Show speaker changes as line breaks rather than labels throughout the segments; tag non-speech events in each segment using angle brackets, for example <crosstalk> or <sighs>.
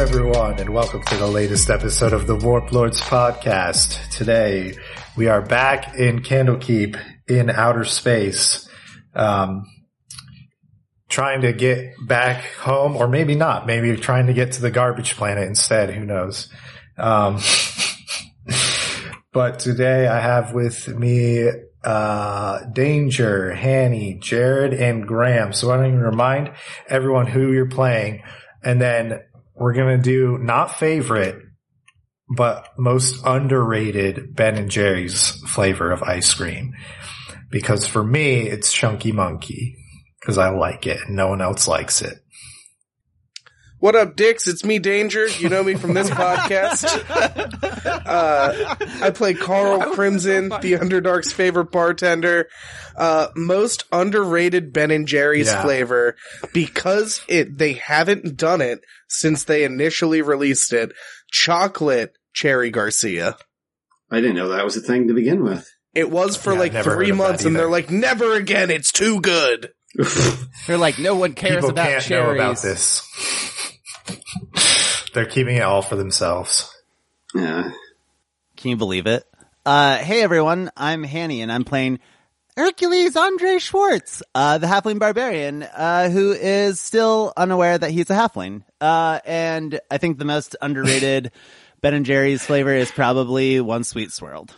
and welcome to the latest episode of the Warp Lords podcast. Today, we are back in Candlekeep in outer space, um, trying to get back home, or maybe not. Maybe you're trying to get to the garbage planet instead. Who knows? Um, <laughs> but today, I have with me uh, Danger, Hanny, Jared, and Graham. So why don't you remind everyone who you're playing, and then we're gonna do not favorite, but most underrated Ben and Jerry's flavor of ice cream. Because for me, it's Chunky Monkey because I like it, and no one else likes it.
What up, dicks? It's me, Danger. You know me from this podcast. Uh, I play Carl Crimson, the Underdark's favorite bartender. Uh, most underrated Ben and Jerry's
Yeah.
flavor because it they haven't done it since they initially released it. Chocolate Cherry Garcia.
I didn't know that was a thing to begin with.
It was for
Yeah, I've
like
never heard
three
of that
months, and
either.
they're like, "Never again! It's too good."
They're like, no one cares
People
about
can't
cherries.
know about this. <laughs> They're keeping it all for themselves.
Yeah.
Can you believe it? Uh, hey everyone, I'm Hanny and I'm playing Hercules Andre Schwartz, uh, the halfling barbarian, uh, who is still unaware that he's a halfling. Uh, and I think the most
<laughs>
underrated Ben and Jerry's flavor is probably One Sweet Swirled.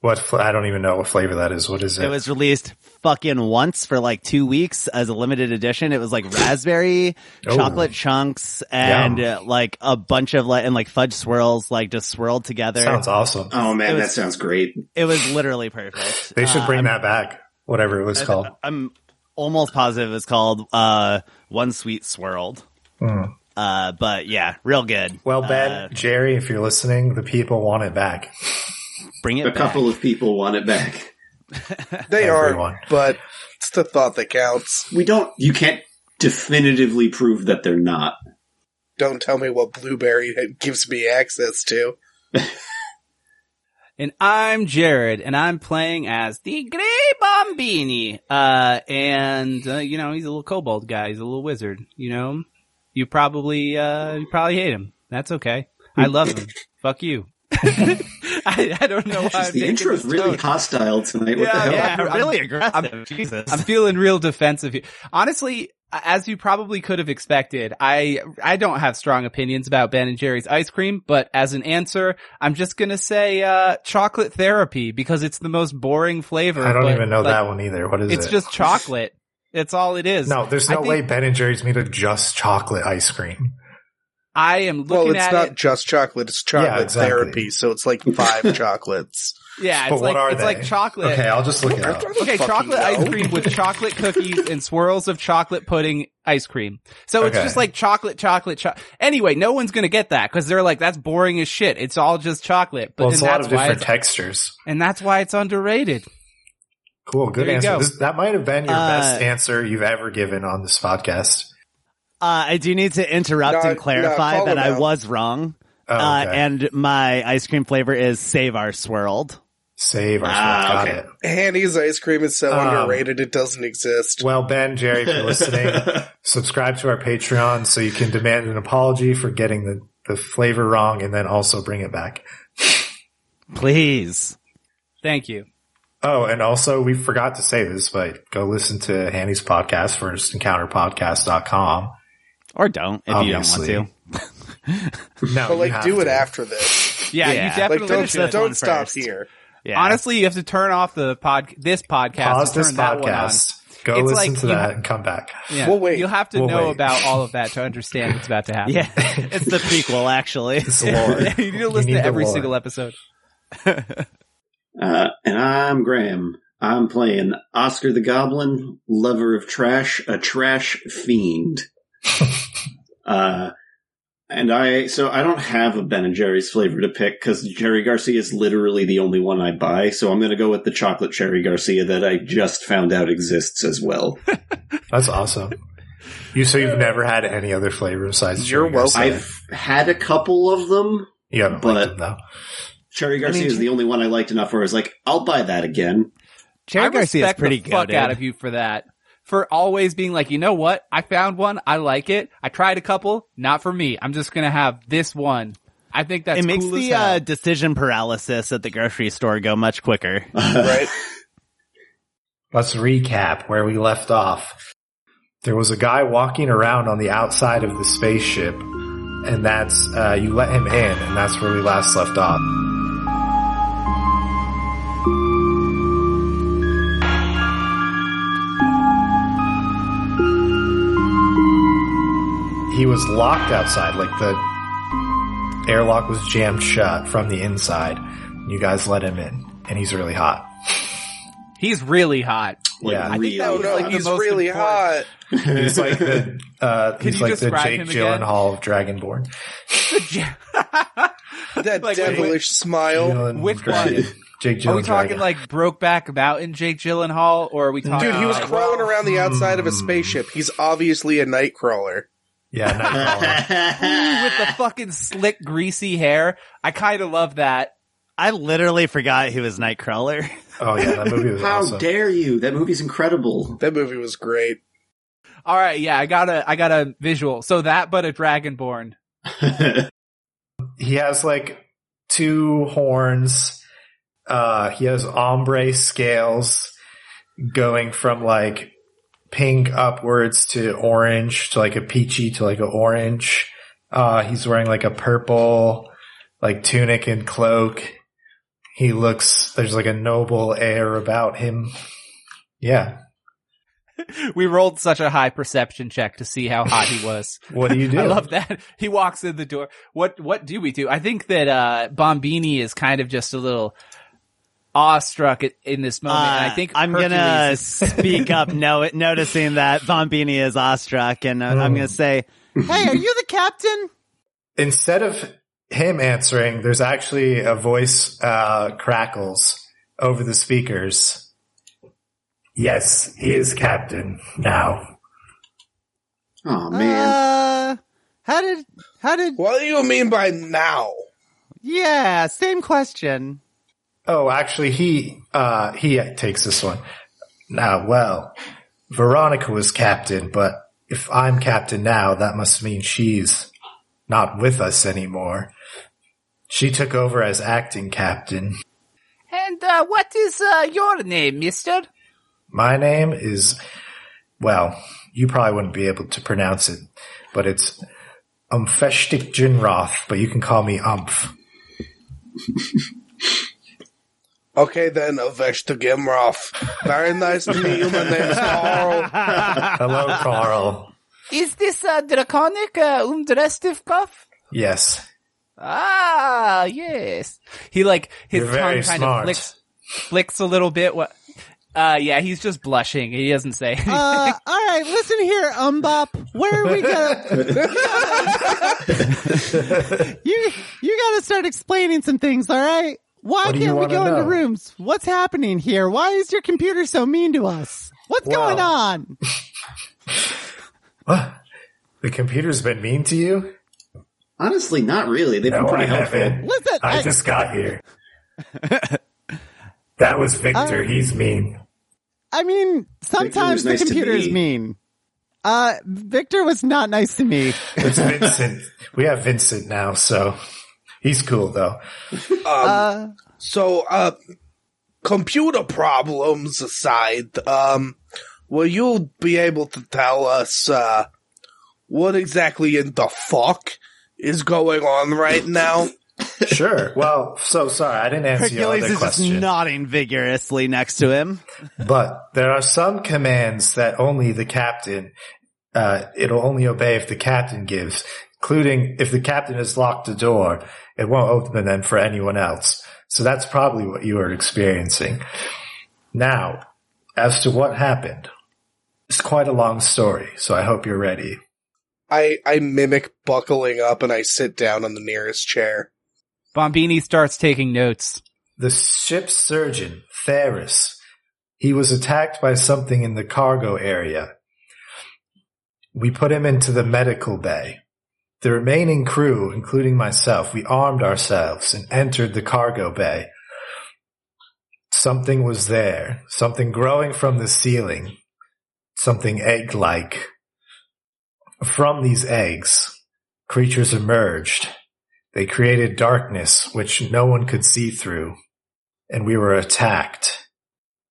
What fl- I don't even know what flavor that is. What is it?
It was released fucking once for like two weeks as a limited edition. It
<laughs>
was like raspberry,
Oh.
chocolate chunks, and uh, like a bunch of like, and like fudge swirls, like just swirled together.
Sounds awesome.
Oh man,
It was-
that sounds great.
It was literally perfect.
<laughs> They should
Uh,
bring that
I'm-
back. Whatever it was called.
I'm almost positive it's called uh, One Sweet Swirled. Uh, but yeah, real good.
Hmm. Well, Ben,
Uh,
Jerry, if you're listening, the people want it back.
bring it
A
back.
couple of people want it back.
They
Everyone.
are, but it's the thought that counts.
<laughs> We don't. You can't definitively prove that they're not.
Don't tell me what blueberry gives me access to.
And I'm Jared, and I'm playing as the Grey Bombini. Uh, and uh, you know he's a little kobold guy. He's a little wizard. You know, you probably uh, you probably hate him. That's okay. I love
<laughs>
him. Fuck you. <laughs> I, I don't know why I'm
the
taking
intro is
this
really
tone.
hostile tonight. What the
Yeah,
hell?
yeah.
I'm
I'm-
really aggressive.
I'm-
Jesus.
I'm feeling real defensive here. Honestly, as you probably could have expected, I I don't have strong opinions about Ben and Jerry's ice cream, but as an answer, I'm just gonna say uh chocolate therapy because it's the most boring flavor.
I don't
but,
even know
like,
that one either. What is
It's
it?
just chocolate. It's all it is.
no, there's
I
no
think-
way Ben and Jerry's made of just chocolate ice cream.
I am looking
Well, it's
at
not
it.
just chocolate; it's chocolate
Yeah, exactly.
therapy. So it's like
<laughs>
five chocolates.
Yeah, it's
but
like
what are
it's
they?
like chocolate.
Okay, I'll just look it up.
Okay,
Fucking
chocolate ice
no.
cream with chocolate cookies and swirls of chocolate pudding ice cream. So it's
Okay.
just like chocolate, chocolate, cho- Anyway, no one's gonna get that because they're like, that's boring as shit. It's all just chocolate. But
well,
and
it's a lot
that's
of
why,
different
it's,
textures.
and that's why it's underrated.
Cool, good
There you
answer.
go.
This, that might have been your
Uh,
best answer you've ever given on this podcast.
Uh, I do need to interrupt
No,
and clarify
no, call
that
him
I
out.
was wrong.
Oh,
Uh,
okay.
and my ice cream flavor is Save Our Swirled.
Save ourselves.
Ah,
Got
okay.
it.
Hanny's ice cream is so
Um,
underrated it doesn't exist.
Well, Ben, Jerry, if you're
<laughs>
listening, subscribe to our Patreon so you can demand an apology for getting the, the flavor wrong and then also bring it back.
Please.
Thank you.
Oh, and also we forgot to say this, but go listen to Hanny's podcast, firstencounterpodcast.com.
Or don't, if
Obviously.
you don't want
No,
but
you
like,
have
do it
to.
after this.
Yeah.
Yeah, you
Like,
Like,
definitely
don't
should.
this
don't
one
stop
first.
here.
to. Yeah.
Honestly, you have to turn off the pod this podcast.
Pause
and
this
turn that one on.
podcast. Go
It's
listen
like
to
you- <laughs>
that and come back.
Yeah.
We'll wait.
You'll have to
We'll
know
wait.
about all of that to understand what's about to happen.
yeah, it's the prequel, <laughs> actually.
It's lore.
<laughs> you need to listen
need
to
the
every
lore.
single episode.
Uh, and I'm Graham. I'm playing Oscar the Goblin, lover of trash, a trash fiend. uh, and I, so I don't have a Ben and Jerry's flavor to pick because Jerry Garcia is literally the only one I buy. So I'm going to go with the chocolate cherry Garcia that I just found out exists as well.
That's awesome. You so you've never had any other flavor besides
You're
cherry Garcia?
I've had a couple of them.
you haven't
but-
liked them though.
Cherry Garcia
mean,
is the only one I liked enough where I was like, I'll buy that again.
Cherry
I
Garcia is
respect
pretty
the fuck
good. eh?
out of you for that. for always being like, you know what? I found one. I like it. I tried a couple. Not for me. I'm just going to have this one. I think that's
it makes
cool as
the
hell.
uh, decision paralysis at the grocery store go much
<laughs>
quicker.
right?
Let's recap where we left off. There was a guy walking around on the outside of the spaceship, and that's, uh, you let him in, and that's where we last left off. He was locked outside, like the airlock was jammed shut from the inside. You guys let him in, and he's really hot.
He's really hot.
Like,
Yeah. I
think
really
that
Oh
was,
no,
like, the
he's
most
really hot.
important. <laughs>
He's like the uh, he's
you
like the
describe
Jake
him again?
Gyllenhaal of Dragonborn.
<laughs>
That
Like, wait,
devilish smile.
Gyllen-
which
Dragon-
one?
Jake Gyllenhaal.
Are we talking like Brokeback Mountain Jake Gyllenhaal, or are we talking?
Dude, he was
like,
crawling
well,
around the outside
Hmm.
of a spaceship. He's obviously a nightcrawler.
yeah,
<laughs>
Nightcrawler.
<laughs>
ooh, with the fucking slick, greasy hair. I kind of love that.
I literally forgot he was
<laughs>
Nightcrawler.
oh yeah, that movie was
How
awesome.
dare you? That movie's <laughs> incredible.
That movie was great.
All right, yeah, I got a, I got a visual. So that, but a dragonborn.
he has like two horns. Uh, he has ombre scales going from like pink upwards to orange to like a peachy to like a orange. Uh, he's wearing like a purple like tunic and cloak. He looks, there's like a noble air about him. Yeah.
We rolled such a high perception check to see how hot
<laughs>
he was.
What do you do?
<laughs> I love that. He walks in the door. What what do we do? I think that uh Bombini is kind of just a little awestruck at, in this moment. and
Uh,
I think
am
Hercules
Uh, gonna
is-
<laughs> speak up, no, noticing that Bombini is awestruck, and uh, I'm gonna
<laughs>
say, "Hey, are you the captain?"
instead of him answering, there's actually a voice uh, crackles over the speakers. Yes, he is captain now.
oh man.
Uh, how did? How did?
What do you mean by now?
Yeah, same question.
Oh, actually, he uh, he takes this one. Now, well, Veronica was captain, but if I'm captain now, that must mean she's not with us anymore. She took over as acting captain.
And uh, what is uh, your name, mister?
My name is, well, you probably wouldn't be able to pronounce it, but it's Umfeshtik Jinroth, but you can call me Umph.
Okay then, Avesh to Gimroff. Very nice to meet you. My name is Carl.
<laughs>
Hello, Carl.
Is this uh, draconic uh, umdrestivkov?
Yes.
Ah, yes. He like his
You're
tongue
very
kind
smart.
of flicks, flicks a little bit. What? Uh, yeah, he's just blushing. He doesn't say. anything.
Uh, all right, listen here, Umbop. Where are
<laughs>
we going? you you got to start explaining some things, all right? Why
What do you
can't we
wanna
go into
know?
rooms? What's happening here? Why is your computer so mean to us? What's
Well-
going on?
The computer's been mean to you?
Honestly, not really. They've been pretty helpful.
Listen,
I
I-
just got
<laughs>
here. that was
Oh.
Victor. He's mean.
I mean, sometimes the
nice to
computer is
me.
mean. Uh, Victor was not nice to me.
It's Vincent. we have Vincent now, so he's cool
<laughs>
though.
Um,
So, uh, computer problems aside, um, will you be able to tell us, uh, what exactly in the fuck is going on right now?
Sure. Well, so sorry. I didn't answer your
Hercules
other
is just
question.
nodding vigorously next to him.
But there are some commands that only the captain, uh, it'll only obey if the captain gives, including if the captain has locked the door, it won't open then for anyone else. So that's probably what you are experiencing. Now, as to what happened, it's quite a long story, so I hope you're ready.
I, I mimic buckling up and I sit down on the nearest chair.
<laughs> Bombini starts taking notes.
The ship's surgeon, Ferris, he was attacked by something in the cargo area. We put him into the medical bay. The remaining crew, including myself, we armed ourselves and entered the cargo bay. Something was there, something growing from the ceiling. something egg-like. From these eggs, creatures emerged. They created darkness which no one could see through, and we were attacked.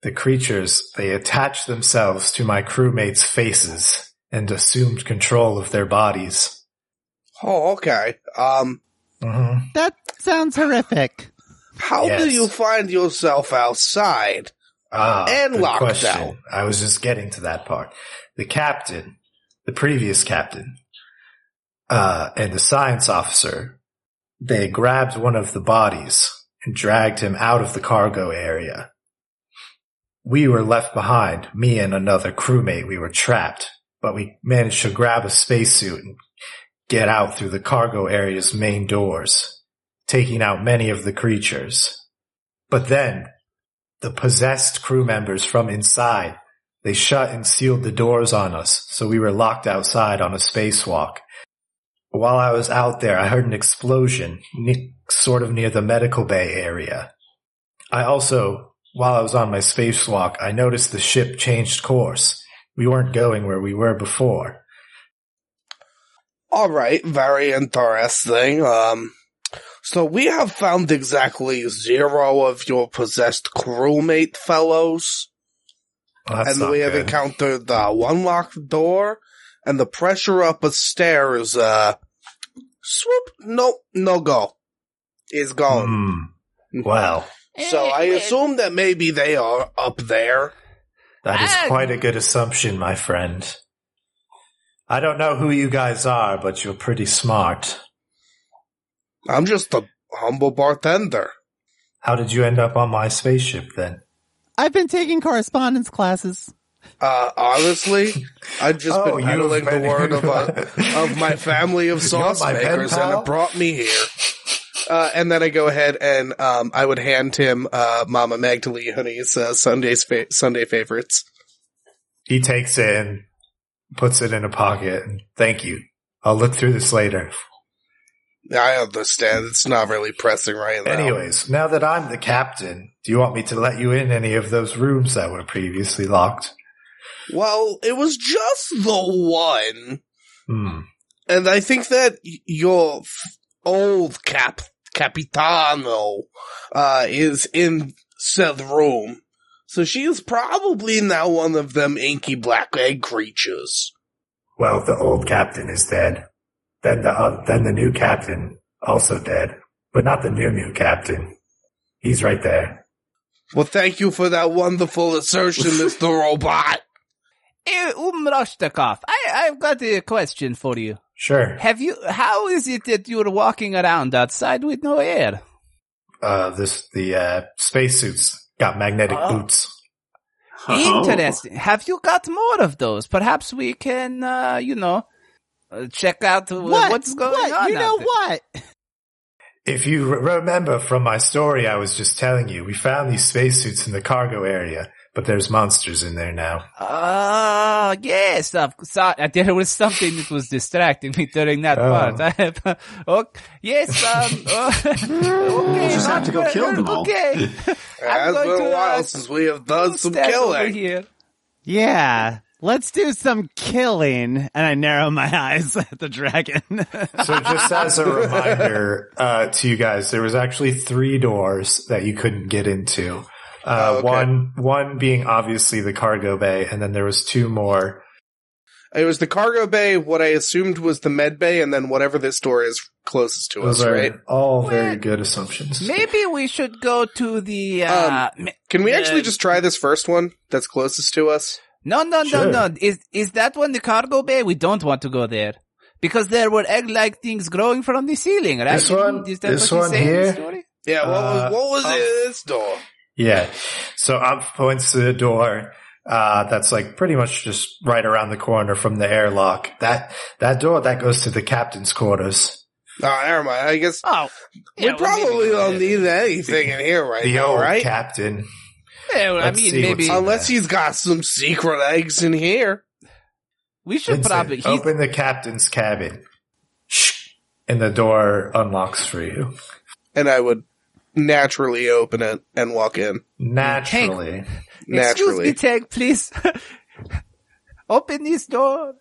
The creatures, they attached themselves to my crewmates' faces and assumed control of their bodies.
Oh, okay. Um,
hmm
That sounds horrific.
how do
Yes.
you find yourself outside?
Ah,
And
good
locked
question.
out.
I was just getting to that part. The captain, the previous captain, uh, and the science officer, they grabbed one of the bodies and dragged him out of the cargo area. We were left behind, me and another crewmate. We were trapped, but we managed to grab a spacesuit and get out through the cargo area's main doors, taking out many of the creatures. But then the possessed crew members from inside. They shut and sealed the doors on us, so we were locked outside on a spacewalk. While I was out there, I heard an explosion, ne- sort of near the medical bay area. I also, while I was on my spacewalk, I noticed the ship changed course. We weren't going where we were before.
All right, very interesting. Um, so we have found exactly zero of your possessed crewmate fellows,
Well, that's
and
not
we have
good.
encountered the one locked door and the pressure up a stair is uh, swoop. No, no go. Is gone.
Hmm. Well,
So I assume that maybe they are up there.
That is
Ah.
quite a good assumption, my friend. I don't know who you guys are, but you're pretty smart.
I'm just a humble bartender.
How did you end up on my spaceship then?
I've been taking correspondence classes.
Uh, honestly, I've
<laughs>
just
Oh,
been
you've
peddling the
been-
word of,
<laughs>
a, of my family of sauce
my pen
makers, and
pal?
it brought me here. Uh, and then I go ahead and um, I would hand him uh, Mama Magdalene Honey's uh, Sunday's fa- Sunday favorites.
He takes it and puts it in a pocket. and Thank you. I'll look through this later.
I understand it's not really pressing right now.
Anyways, now that I'm the captain, do you want me to let you in any of those rooms that were previously locked?
well, it was just the one,
Hmm.
and I think that y- your f- old cap capitano uh, is in said room. So she is probably now one of them inky black egg creatures.
Well, the old captain is dead. Then the uh, then the new captain also dead, but not the new new captain. He's right there.
Well, thank you for that wonderful assertion,
<laughs>
Mr. Robot.
Eh, Um Rostakov, I, I've got a question for you.
Sure.
Have you, how is it that you're walking around outside with no air?
Uh, this the uh, spacesuits got magnetic
Oh.
boots.
Oh.
Interesting. Have you got more of those? Perhaps we can, uh, you know, uh, check out uh, what's going
What?
on.
You
out
know
there.
what?
If you re- remember from my story I was just telling you, we found these spacesuits in the cargo area, but there's monsters in there now.
Oh, yes. Of, so, uh, there was something that was distracting me during that
Oh.
part. <laughs> I have, oh, yes, um, <laughs> oh, okay.
You just have to go
I'm-
kill them all.
Okay.
It
<laughs> I'm
has
going
been
to,
a while
uh,
since we have done some
Step over
killing.
Here.
Yeah. Let's do some killing. And I narrow my <laughs> eyes at the dragon.
So just
<laughs>
as a reminder uh, to you guys, there was actually three doors that you couldn't get into. Uh,
Oh, okay.
One, one being obviously the cargo bay, and then there was two more.
It was the cargo bay, what I assumed was the med bay, and then whatever this door is closest to
Those
us,
are
right?
all very
Well,
good assumptions.
Maybe we should go to the, uh, ma-
Can we actually
Yeah.
just try this first one that's closest to us?
No, no,
Sure.
no, no. Is is that one the cargo bay? We don't want to go there because there were egg-like things growing from the ceiling, right?
This one?
Is that
This
what you
one
say in the
here?
story?
Yeah, what
Uh,
was, what was
um,
it, this door?
Yeah. So Ump points to the door. Uh, that's like pretty much just right around the corner from the airlock. That that door that goes to the captain's quarters.
Oh, never mind. I guess
Oh,
we
yeah, well, maybe
probably
go
don't
there.
need anything in here right
The
now,
old
right?
captain.
Yeah, well, I
Let's
mean,
see
maybe
what's-
Unless he's got some secret eggs in here.
we should
Vincent,
probably. He's,
open the captain's cabin. Shh. And the door unlocks for you.
And I would naturally open it and walk in.
Naturally.
Excuse
Naturally.
me, Tank, please.
<laughs> Open this door.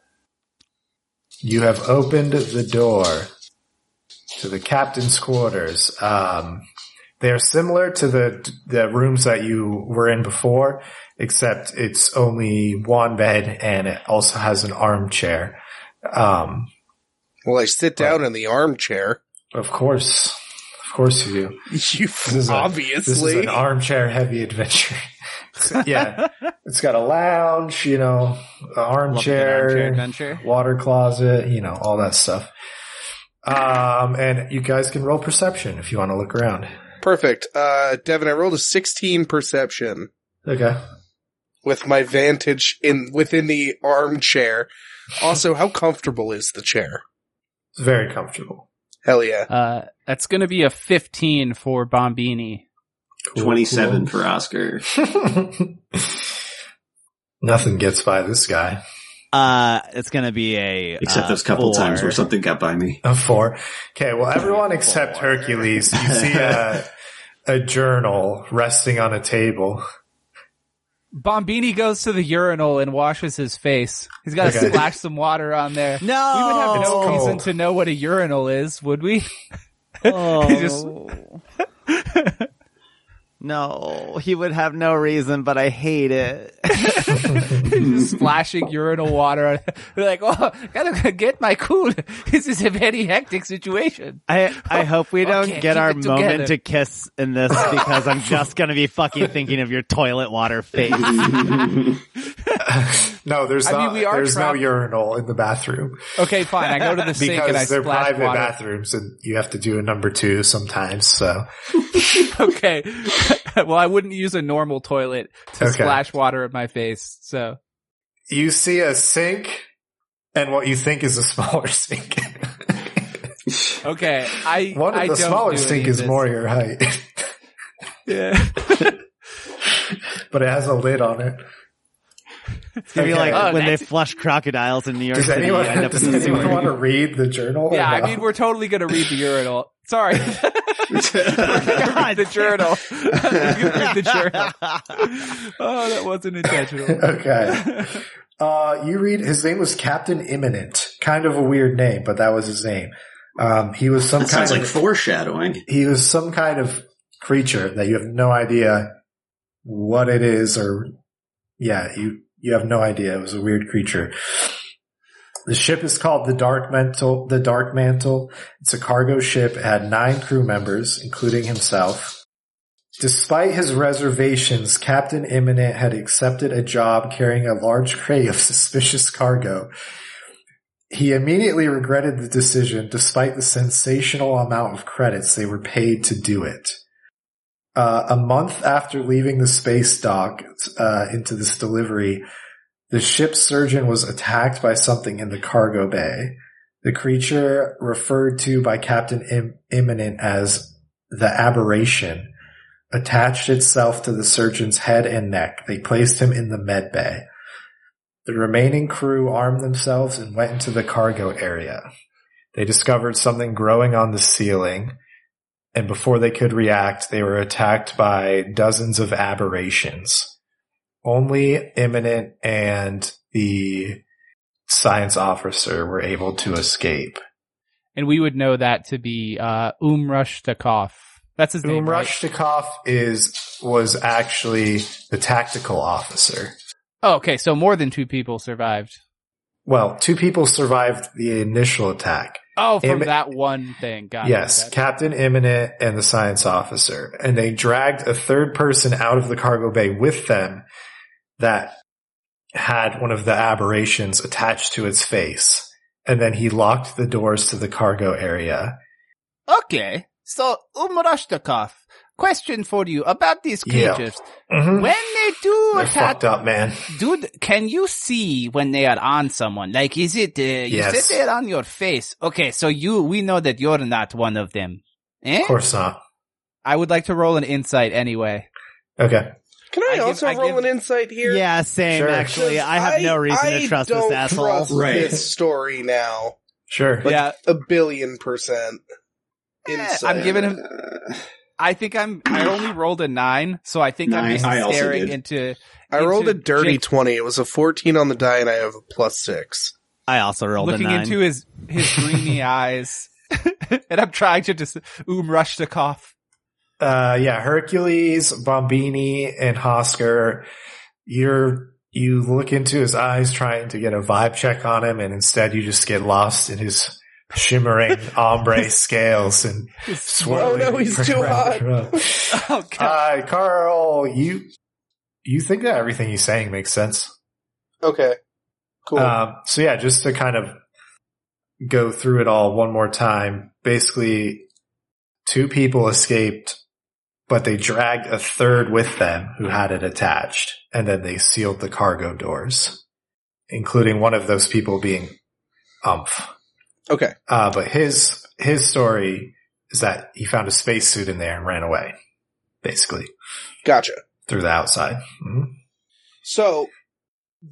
You have opened the door to the captain's quarters. Um, they are similar to the the rooms that you were in before, except it's only one bed and it also has an armchair. Um,
Well, I sit down in the armchair. <laughs>
of course, of course you do.
You
is a- This is
obviously.
an armchair heavy adventure. <laughs> It's- yeah, it's got a lounge, you know, a
Armchair
armchair,
adventure.
water closet, you know, all that stuff. Um, and you guys can roll perception if you want to look around.
Perfect. Uh, Devin, I rolled a 16 perception
Okay.
with my vantage in within the armchair. Also, how comfortable is the chair?
It's very comfortable.
Hell yeah.
Uh, that's going to be a 15 for Bombini.
Cool,
27 for Oscar.
cool. <laughs> Nothing gets by this guy.
<laughs> Uh, it's gonna be a
Except
uh,
those couple
four.
times where something got by <laughs> me.
A four. Okay. Well, everyone except
Four.
Hercules, you see a, a journal resting on a table.
Bombini goes to the urinal and washes his face. He's got to
Okay.
splash some water on there.
<laughs> No,
We would have
It's
no
cold.
reason to know what a urinal is, would we?
<laughs> Oh.
He just-
<laughs> no, he would have no reason, but I hate it. <laughs>
<laughs> Just splashing urinal water. on- We're like, oh, gotta get my cool. <laughs> This is a very hectic situation.
I I hope we don't
Okay,
get
keep
our
it
moment
together.
to kiss in this because I'm just gonna be fucking thinking of your toilet water face.
No, there's
I mean,
not,
we are
there's
trapped-
no urinal in the bathroom
Okay, fine. I go to
<laughs>
the sink and I
because they're
splash
private
water.
bathrooms and you have to do a number two sometimes. So
<laughs> okay. well, I wouldn't use a normal toilet to
Okay.
splash water at my face. So
you see a sink and what you think is a <laughs> smaller
<laughs>
sink.
okay, I
One
I
of the
don't
smaller
do any
sink
of
is
this.
more your height, <laughs>
Yeah.
but it has a lid on it.
It's gonna be
Okay.
like
Oh,
when they
that's-
flush crocodiles in New York
Does
City.
anyone,
you end
<laughs>
up
does
in the
anyone
sewer.
want to read the journal? or
<laughs> yeah, I
no?
mean, we're totally gonna read the urinal. Sorry, <laughs> read the
<laughs>
journal. <laughs>
<laughs>
We're gonna read the journal. <laughs> Oh, that wasn't intentional.
<laughs>
<laughs>
okay. Uh, you read his name was Captain Imminent. Kind of a weird name, but that was his name. Um, he was some
That
kind
sounds
of
like foreshadowing.
he was some kind of creature that you have no idea what it is or yeah you you have no idea it was a weird creature the ship is called the dark mantle the dark mantle it's a cargo ship it had nine crew members including himself despite his reservations captain imminent had accepted a job carrying a large crate of suspicious cargo he immediately regretted the decision despite the sensational amount of credits they were paid to do it. Uh, a month after leaving the space dock uh, into this delivery, the ship's surgeon was attacked by something in the cargo bay. The creature, referred to by Captain Im- Imminent as the aberration, attached itself to the surgeon's head and neck. They placed him in the med bay. The remaining crew armed themselves and went into the cargo area. They discovered something growing on the ceiling, and before they could react, they were attacked by dozens of aberrations. Only Imminent and the science officer were able to escape.
And we would know that to be uh, Umrush Takov. That's his name. right?
Umrach Takov is was actually the tactical officer.
Oh, okay, so more than two people survived.
Well, two people survived the initial attack.
Oh, from
Im-
that one thing. Got it.
Yes,
That-
Captain Imminent and the science officer. And they dragged a third person out of the cargo bay with them that had one of the aberrations attached to its face. And then he locked the doors to the cargo area.
Okay, so Umrashtakov, question for you about these
Yeah.
creatures.
Mm-hmm.
When they do
They're
attack,
fucked up, man.
dude, can you see when they are on someone? Like, is it, uh, you
Yes.
said they're on your face. Okay, so you, we know that you're not one of them. Eh?
Of course not.
I would like to roll an insight anyway.
Okay.
Can
I
I,
give-
also
I
roll
give-
an insight here?
Yeah, same.
Sure.
Actually, I have no reason
I
to trust
don't
this asshole.
trust
Right.
This story now,
Sure.
yeah,
a billion percent.
Eh,
Insight.
I'm giving him,
Uh,
I think I'm. I only rolled a nine, so I think I'm
Nine.
just
I also
staring
did.
into.
I rolled a
into
dirty
Jake
20. It was a 14 on the die, and I have a plus six.
I also rolled
looking
a nine.
into his his dreamy eyes, <laughs> and I'm trying to just um rush to cough.
Uh, yeah, Hercules, Bombini, and Hosker. You're you look into his eyes, trying to get a vibe check on him, and instead you just get lost in his
<laughs>
shimmering ombre scales and swirling.
Oh, no, he's too
<laughs>
<laughs>
Oh god!
Uh, Carl, you you think that everything he's saying makes sense?
Okay. Cool.
Uh,
Um, so yeah, just to kind of go through it all one more time. Basically, two people escaped, but they dragged a third with them who had it attached, and then they sealed the cargo doors, including one of those people being Umph.
okay.
Uh, but his his story is that he found a spacesuit in there and ran away, basically
Gotcha.
through the outside. Mhm.
So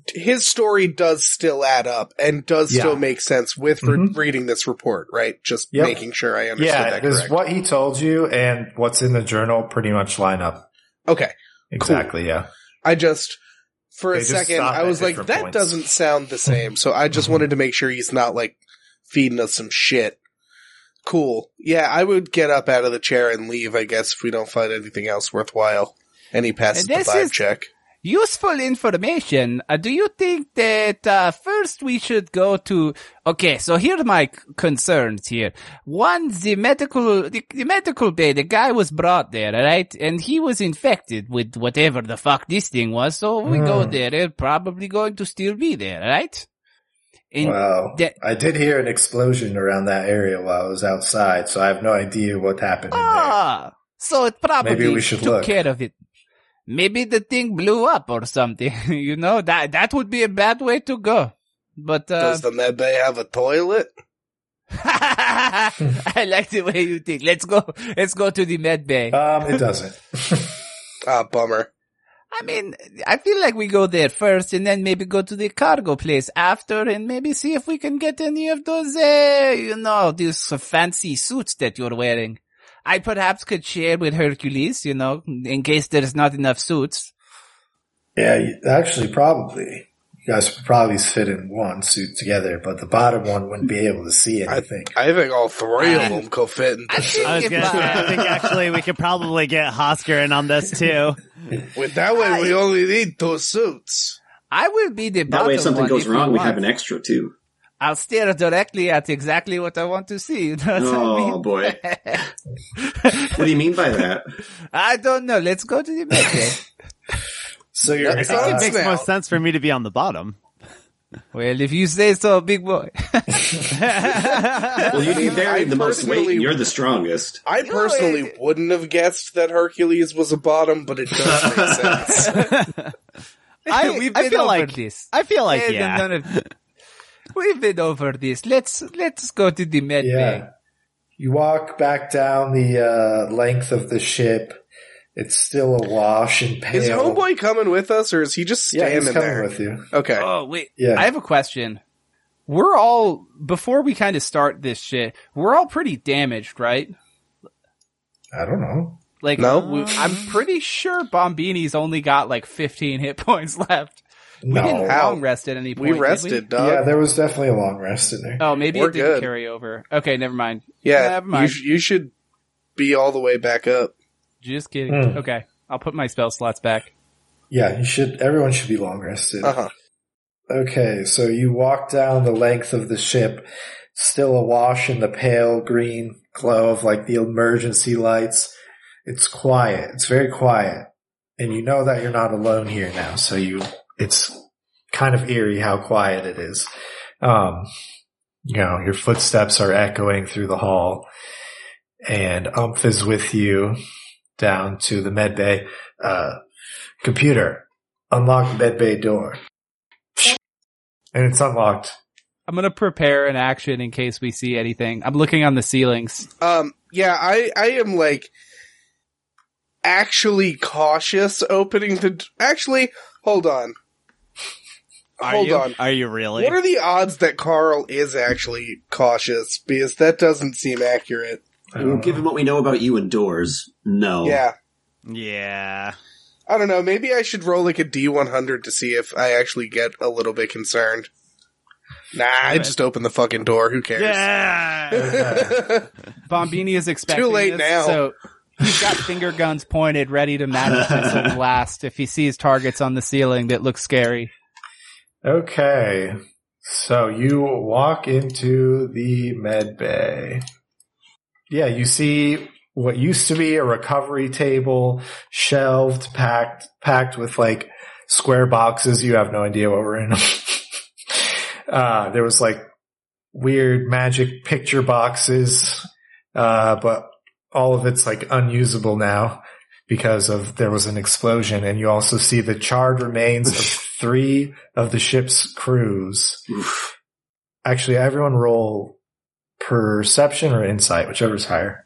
t- his story does still add up and does
Yeah.
still make sense with re-
Mm-hmm.
Mhm.
reading this report, right? Just
Yep.
making sure I understood
Yeah,
that
because
correct.
what he told you and what's in the journal pretty much line up.
okay.
Exactly. Yeah.
I just for a
They just
second
stop
I
at
was like
different
that
points.
doesn't sound the same. So I just
Mhm.
wanted to make sure he's not like feeding us some shit. Cool. Yeah, I would get up out of the chair and leave, I guess, if we don't find anything else worthwhile. And he passes
And this
the vibe
is-
check.
Useful information. Uh, do you think that uh, first we should go to? Okay, so here are my c- concerns. Here, one, the medical, the, the medical bay. The guy was brought there, right? And he was infected with whatever the fuck this thing was. So we go
Hmm.
there. They're probably going to still be there, right? And
wow.
that-
I did hear an explosion around that area while I was outside, so I have no idea what happened in there.
Ah, so it probably
Maybe we should
took
look.
care of it. Maybe the thing blew up or something. <laughs> you know that that would be a bad way to go. But
<laughs>
uh,
Does the med bay have a toilet?
<laughs> I like the way you think. Let's go. Let's go to the med bay.
Um, it doesn't.
Ah, bummer.
I mean, I feel like we go there first, and then maybe go to the cargo place after, and maybe see if we can get any of those, uh, you know, these fancy suits that you're wearing. I perhaps could share with Hercules, you know, in case there's not enough suits.
yeah, you- actually, probably. You guys would probably fit in one suit together, but the bottom one wouldn't be able to see anything.
I think all three of
I-
them could fit in
I
this.
think
I was
if,
gonna say, I
uh,
think actually we could probably get Hosker in on this too.
With that way, we only need two suits.
I will be the
That way, if
bottom
something
one
goes
if you
wrong, we
want.
have an extra too.
I'll stare directly at exactly what I want to see. <laughs> You know what I
oh
mean?
boy, what do you mean by that?
I don't know. Let's go to the med
<laughs>
bay.
So you're,
That's
uh,
It
Us
makes
now.
most sense for me to be on the bottom.
well, if you say so, big boy.
Well, you you
I
buried the most weight.
personally-
and You're the strongest.
I
No,
personally
it-
wouldn't have guessed that Hercules was a bottom, but
<laughs>
it does make sense.
I,
<laughs> We've
I
been
feel
over
like
this.
I feel like
Hey,
yeah.
none of- We've been over this. Let's let's go to the med bay.
yeah. You walk back down the uh, length of the ship. It's still awash and pale.
Is Homeboy coming with us, or is he just
yeah,
standing
he's coming
there?
with you.
Okay.
Oh wait,
Yeah.
I have a question. We're all before we kind of start this shit. We're all pretty damaged, right?
I don't know.
Like,
No.
we- I'm pretty sure Bombini's only got like 15 hit points <laughs> left. We didn't
No.
have-
long rest at any point.
we
did
rested,
Yeah,
dog.
there was definitely a long rest in there.
Oh, maybe
We're
it didn't
good.
carry over. Okay, never mind.
Yeah,
Never mind.
you, sh- you should be all the way back up.
Just kidding.
Mm.
Okay, I'll put my spell slots back.
Yeah, you should. Everyone should be long rested.
Uh huh.
Okay, so you walk down the length of the ship, still awash in the pale green glow of like the emergency lights. It's quiet. It's very quiet, and you know that you're not alone here now. So you, it's kind of eerie how quiet it is. Um, you know, your footsteps are echoing through the hall, and Umph is with you down to the med bay. Uh, computer, unlock med bay door. And it's unlocked.
I'm gonna prepare an action in case we see anything. I'm looking on the ceilings.
Um, yeah, I, I am like actually cautious opening the. d- Actually, hold on.
Are
hold
you?
on.
Are you really?
What are the odds that Carl is actually cautious? Because that doesn't seem accurate.
don't know.
Given what we know about you and doors, no.
Yeah.
Yeah.
I don't know. Maybe I should roll like a D100 to see if I actually get a little bit concerned. Nah, I just opened the fucking door. Who cares?
Yeah. Bombini is expecting
Too late
this,
now.
So he's got finger guns pointed, ready to
<laughs>
magic missile blast if he sees targets on the ceiling that look scary.
Okay. So you walk into the med bay. Yeah, you see what used to be a recovery table, shelved, packed, packed with like square boxes. You have no idea what were in <laughs> them. uh, there was like weird magic picture boxes, uh, but all of it's like unusable now because of there was an explosion and you also see the charred remains of three of the ship's crews.
Oof.
Actually, everyone roll perception or insight, whichever's higher.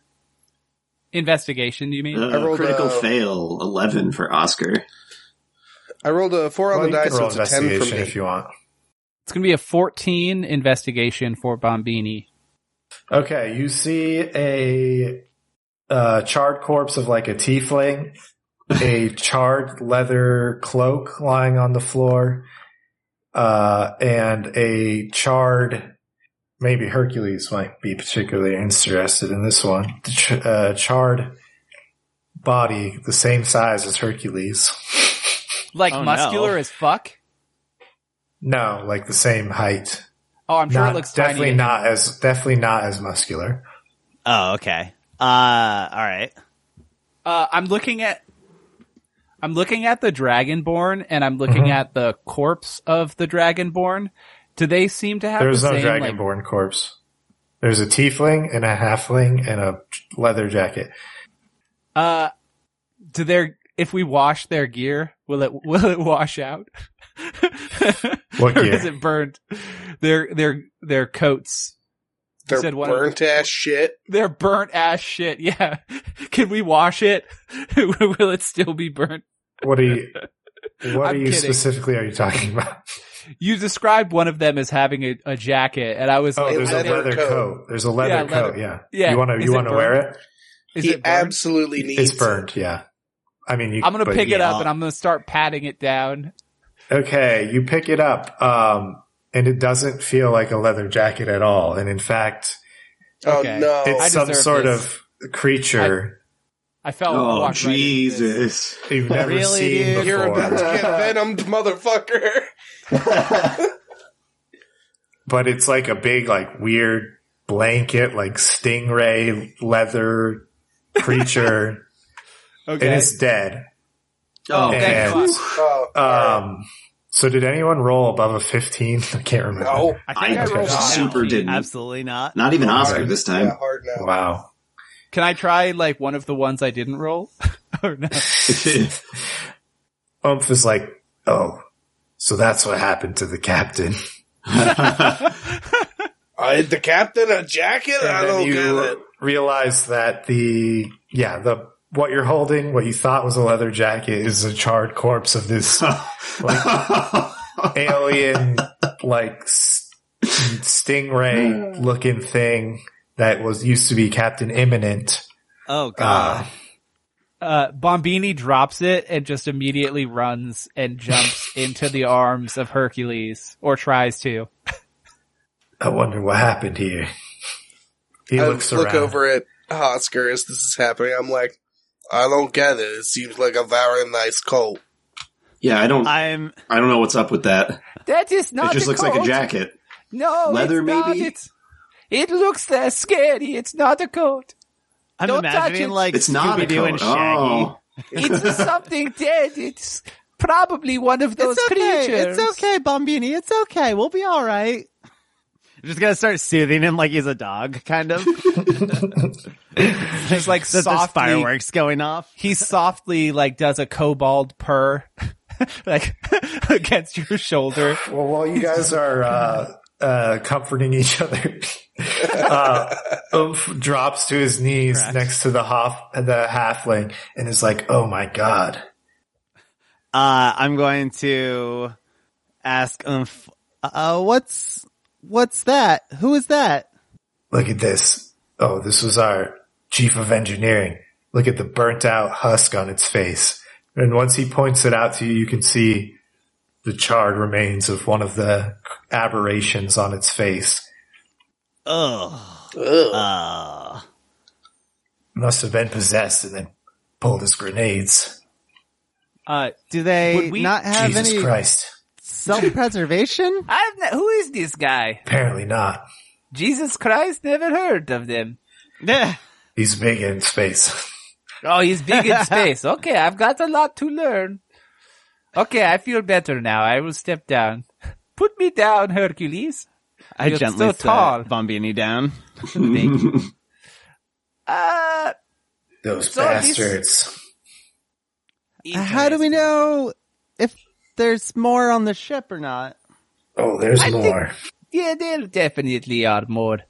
Investigation, you mean?
Uh,
rolled
critical
a-
fail eleven for Oscar.
<laughs> I rolled a four on
Well,
the die,
you can
so
roll
it's a ten for
investigation if
me.
you want.
It's going to be a 14 investigation for Bombini.
Okay, you see a uh, charred corpse of like a tiefling, a charred leather cloak lying on the floor, uh, and a charred. Maybe Hercules might be particularly interested in this one. The ch- uh, charred body, the same size as Hercules. <laughs>
Like
Oh, no.
muscular as fuck.
No, like the same height.
Oh, I'm sure
Not,
it looks tiny
definitely
to him.
not as definitely not as muscular.
Oh, okay. Uh, all right.
Uh, I'm looking at, I'm looking at the Dragonborn, and I'm
Mm-hmm.
looking at the corpse of the Dragonborn. Do they seem to have
There's
the
no
same, like-
dragonborn corpse. There's a tiefling and a halfling and a leather jacket.
uh, do their if we wash their gear, will it <laughs> will it wash out?
What
Or
gear?
Is it burned? Their their their coats. You
They're
said one-
burnt ass shit.
They're burnt ass shit. <laughs> Yeah. Can we wash it? <laughs> will it still be burnt?
What are
<laughs>
you? What
I'm
are you
kidding.
specifically are you talking about?
You described one of them as having a, a jacket, and I
<laughs>
was
Oh,
like,
there's
I
a
never-
leather
coat.
coat. There's a leather
Yeah, leather-
coat. Yeah.
yeah.
You want to?
Is
You
it
want to wear it?
Is
he
it burned?
absolutely needs.
It's
it.
burned. Yeah. I mean, you,
I'm gonna
but
pick it
yeah.
up and I'm gonna start patting it down.
Okay, you pick it up, um, and it doesn't feel like a leather jacket at all. And in fact,
Oh
Okay.
no!
it's
I
some
deserve
sort
this.
of creature
I felt. I
Oh
walked right into this.
Jesus!
you've never
Really,
seen
dude?
You're
before.
about to <laughs> get venomed, motherfucker.
<laughs>
Oh,
but it's like a big, like weird blanket, like stingray leather creature, and
Okay.
it's dead.
Oh,
and
fuck.
Oh,
um, so did anyone roll above a fifteen? <laughs> I can't remember.
no!
I,
I rolled
super
down.
didn't.
Absolutely not.
Not even Oscar this time.
Yeah, hard now.
Wow.
Can I try like one of the ones I didn't roll? <laughs> or no?
Umph is like, oh, so that's what happened to the captain.
I the captain a jacket.
And
I
then
don't
you
get it.
realize that the yeah the what you're holding, what you thought was a leather jacket, is a charred corpse of this
<laughs>
alien like s-
<sighs>
stingray looking thing that was used to be Captain Imminent.
Oh
Uh,
god.
Uh, Bombini drops it and just immediately runs and <laughs> jumps into the arms of Hercules, or tries to.
Uh, I wonder what happened here. He
I
looks
look
around.
over at Oscar as this is happening. I'm like, I don't get it. It seems like a very nice coat.
<laughs> yeah, I don't. I,
I'm
don't know what's up with that.
That is
It just looks like a jacket.
No,
Leather, it's not. maybe?
it looks uh, scary. It's not a coat.
I'm
Don't touch
imagining
it.
like
It's not a
Scooby-Doo
coat.
and Shaggy.
Oh,
It's something dead. It's probably one of
It's okay. It's okay, Bombini. It's okay. We'll be all right. I'm just gonna start soothing him like he's a dog, kind <laughs> of.
<laughs> There's like
That there's
softly-
fireworks going off.
<laughs> he softly like does a kobold purr <laughs> like <laughs> against your shoulder.
Well, while you guys are uh, uh, comforting each other, <laughs> uh, Oomph drops to his knees next to the half the halfling and is like, "Oh my god."
Uh, I'm going to ask Umph, uh, what's what's that? Who is that?
look at this. Oh, this was our Chief of Engineering. Look at the burnt out husk on its face. And once he points it out to you, you can see the charred remains of one of the aberrations on its face.
Ugh.
Ugh.
Uh,
Must have been possessed and then pulled his grenades.
Uh,
do they
Would we-
not have
Jesus
any
Christ.
self-preservation?
I've ne- who is this guy?
Apparently not.
Jesus Christ, never heard of them.
<laughs> Nah.
He's big in space.
Oh, he's big in space. Okay, I've got a lot to learn. Okay, I feel better now. I will step down. <laughs> Put me down, Hercules.
I
You're
gently
so
set
tall.
Bombini down.
Uh,
Those
So he's-
bastards.
Uh, How do we
interesting.
know if there's more on the ship or not?
Oh, there's
I think-
more.
Yeah, there definitely are more.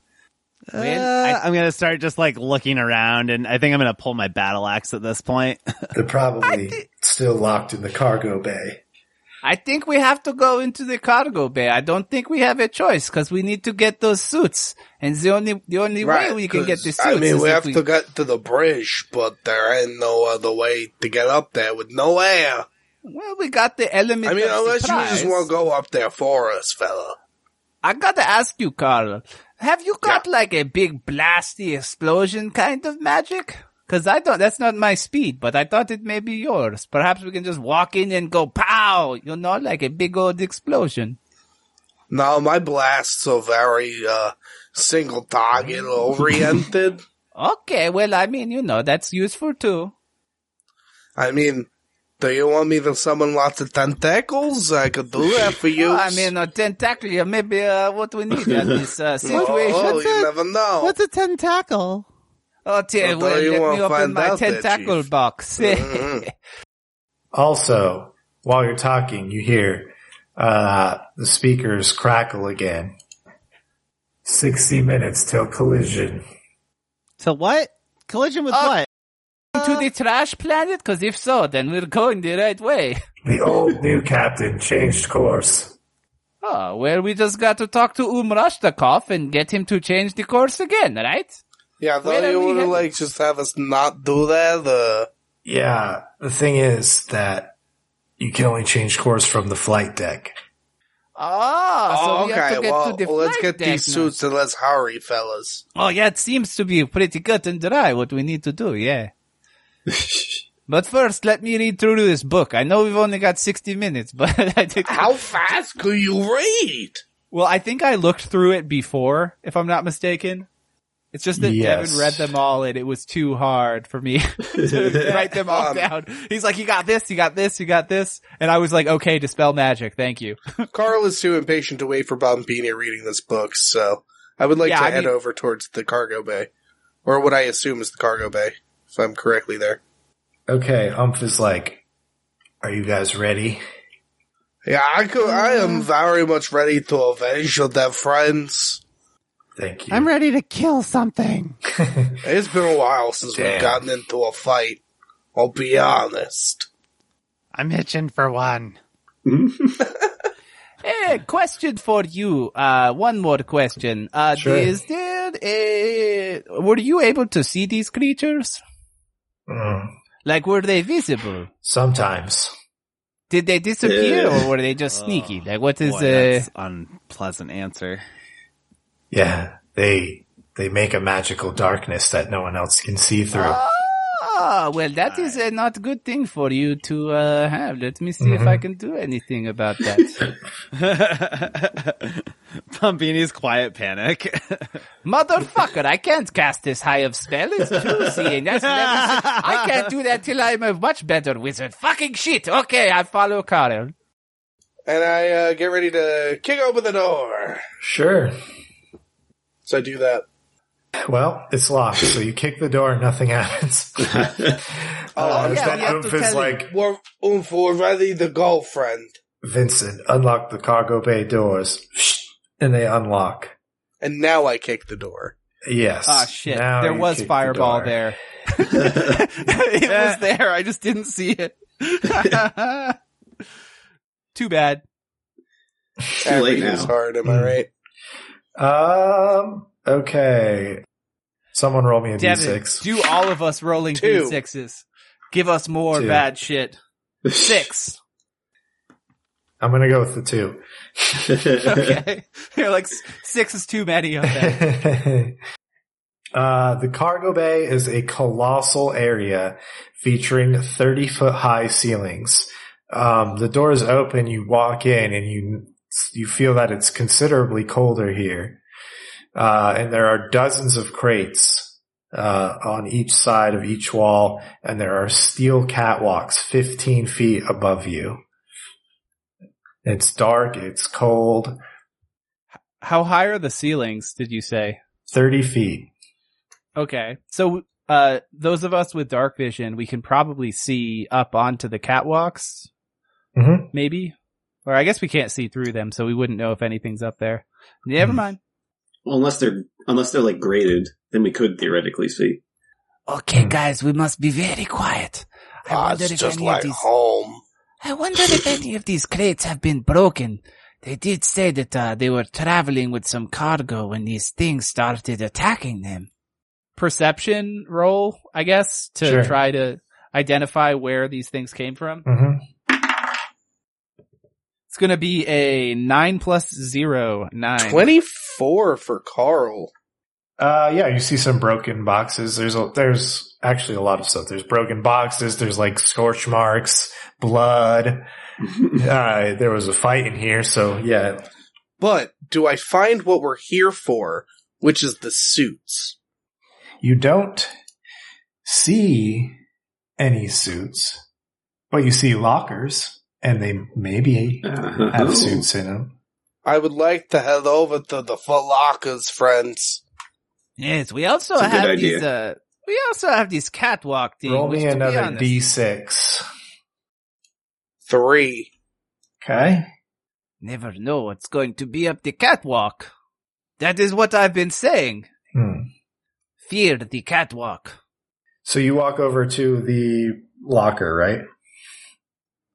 Well,
Uh, I'm gonna start just like looking around, and I think I'm gonna pull my battle axe at this point.
They're probably still locked in the cargo bay.
I think we have to go into the cargo bay. I don't think we have a choice because we need to get those suits, and the only the only way we can get the
'cause,
suits.
I mean,
is
we
if
have to get to the bridge, but there ain't no other way to get up there with no air.
Well, we got the element.
I mean,
of
unless
surprise.
you just want to go up there for us, fella.
I gotta ask you, Carl. Have you got like a big blasty explosion kind of magic? Cause I don't, that's not my speed, but I thought it may be yours. Perhaps we can just walk in and go pow, you know, like a big old explosion.
No, my blasts are very uh, single target
Mm. <laughs>
oriented.
Okay, well, I mean, you know, that's useful too.
I mean, do you want me to summon lots of tentacles? I could do that for you.
<laughs> Well, I mean, a tentacle, uh, maybe uh, what we
<laughs>
need in this uh,
oh,
situation.
you
it?
never know.
What's a tentacle?
Oh, dear,
Well,
well,
you
let
won't
me open
find
my
out there,
tentacle
Chief.
box. <laughs>
Mhm.
Also, while you're talking, you hear uh, the speakers crackle again. 60 minutes till collision.
To what? Collision with
Uh,
what?
to the trash planet? Because if so, then we're going the right way.
The
<laughs>
old new captain changed course.
Oh, well, we just got to talk to Umrashtakov and get him to change the course again, right?
<laughs>
<laughs>
yeah,
Where
though
are
you
we
want to
headed?
like just have us not do that. Uh,
Yeah, the thing is that you can only change course from the flight deck.
Oh, so
oh,
we have
okay.
to get
Well,
to the
let's
flight
get
deck
these
now.
suits and let's hurry, fellas.
Oh, yeah, it seems to be pretty cut and dry what we need to do, yeah. but first, let me read through this book. I know we've only got 60 minutes, <laughs> but I think.
How fast could you read?
Well, I think I looked through it before, if I'm not mistaken. It's just that
Yes.
Devin read them all and it was too hard for me <laughs>
<laughs>
to write them all
Um,
down. He's like, you got this, you got this, you got this. And I was like, okay, dispel magic. Thank you.
<laughs> Carl is too impatient to wait for Bombini reading this book, so I would like
Yeah,
to
I
head
mean-
over towards the cargo bay, or what I assume is the cargo bay, if I'm correctly there.
Okay, Umph is like, Are you guys ready?
Yeah, I could, I am
Mm.
very much ready to avenge your dead friends.
Thank you.
I'm ready to kill something.
It's been a while since
Damn.
we've gotten into a fight. I'll be honest.
I'm itching for one.
Hey, question for you. Uh, one more question. Uh,
Sure.
is there a, were you able to see these creatures?
Mm,
Like, were they visible?
sometimes.
Did they disappear
Yeah.
or were they just sneaky? Like, what is,
Boy,
uh,
that's unpleasant <laughs> answer.
Yeah, they they make a magical darkness that no one else can see through.
Ah, well, that is a not good thing for you to uh, have. Let me see
Mm-hmm.
if I can do anything about that. <laughs>
Bombini's quiet panic. <laughs>
Motherfucker, I can't cast this high of spell. It's juicy. And that's never si- I can't do that till I'm a much better wizard. Fucking shit. Okay, I follow Karel.
And I uh, get ready to kick open the door.
Sure.
So I do that.
Well, it's locked, so you kick the door and nothing <laughs> happens.
Oh,
Oh,
Uh,
yeah,
then
we have
Oomph
to
is
tell him.
like,
We're, oomph, we're ready to go, friend.
Vincent, unlock the cargo bay doors. <sniffs> And they unlock.
And now I kick the door.
Yes.
Ah, shit.
Now
there
you
was
kick the
fireball
door.
there. <laughs> it
Eh.
was there. I just didn't
<laughs>
see it.
Too
Too bad.
late
Mm.
Everything's
now.
hard, am I
Mm.
right?
Um, okay. Someone roll me a
Devin,
d6.
do all of us rolling
Two.
d6s. Give us more
Two.
bad shit.
<laughs>
Oh.
Six.
I'm gonna go with the two.
<laughs> Okay. You're like, s- six is too many
<laughs>
of them.
uh, the cargo bay is a colossal area featuring 30 foot high ceilings. Um, the doors open, you walk in, and you you feel that it's considerably colder here. Uh, and there are dozens of crates uh, on each side of each wall, and there are steel catwalks 15 feet above you. It's dark, it's cold,
How high are the ceilings, did you say?
30 feet.
Okay. So, uh, those of us with dark vision, we can probably see up onto the catwalks,
hmm
maybe? Or I guess we can't see through them, so we wouldn't know if anything's up there. Never
Hmm.
mind.
Well, unless they're unless they're like graded, then we could theoretically see.
Okay,
Hmm.
guys, we must be very quiet. I
Ah,
wonder
it's
if
just
any of
like
these-
home.
I wonder if any of these crates have been broken. They did say that uh, they were traveling with some cargo when these things started attacking them. Perception roll, I guess, to
Sure.
try to identify where these things came from.
hmm
It's going to be a nine plus zero, nine.
24 for Carl.
Uh, yeah, you see some broken boxes. There's a, there's actually a lot of stuff. There's broken boxes. There's like scorch marks, blood. Uh, there was a fight in here, so yeah.
But do I find what we're here for, which is the suits?
You don't see any suits, but you see lockers, and they maybe have
Uh-huh. <laughs>
suits in them.
I would like to head over to the Falakas, friends.
Yes, we also
It's a good
have
idea.
these. Uh, we also have these catwalk things.
Roll me
which, to be
another
honest-
d6.
Three.
Okay.
Never know what's going to be up the catwalk. That is what I've been saying.
Hmm.
Fear the catwalk.
So you walk over to the locker, right?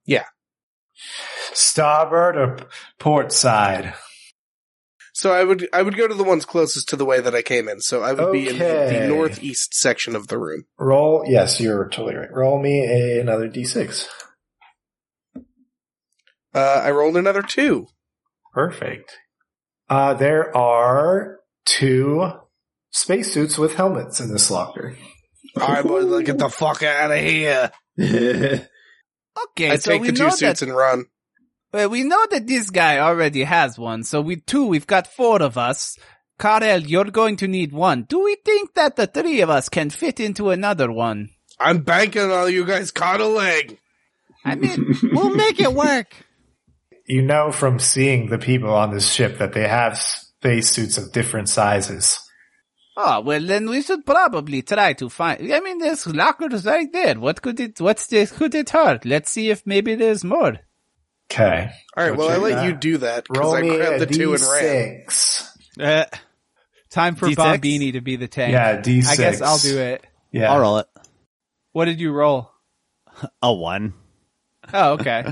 Yeah.
Starboard or p- port side?
So I would I would go to the ones closest to the way that I came in. So I would be in the,
Okay.
the northeast section of the room.
Roll. Yes, you're totally right. Roll me a, another d6.
Uh, I rolled another two.
Perfect. Uh, there are two spacesuits with helmets in this locker.
I would like get the fuck out of here.
Uh,
Okay,
I
so
take
we
the
know
two suits
that
and run.
well, we know that this guy already has one. So we two, we've got four of us. Karel, you're going to need one. Do we think that the three of us can fit into another one?
I'm banking on you guys caught a leg.
I mean,
We'll make it work.
You know from seeing the people on this ship that they have spacesuits of different sizes.
oh well, then we should probably try to find. I mean, there's lockers right there. What could it? What's this? Could it hurt? Let's see if maybe there's more.
Okay.
All right,
Go
well, I
check
let
that.
you do that because
Roll
I
me
grabbed
a
the two and ran.
d6.
Eh,
Uh, time for
D6?
Bombini to be the tank.
Yeah, d6.
I guess I'll do it.
Yeah.
I'll roll it.
What did you roll?
A one.
<laughs>
Oh, okay.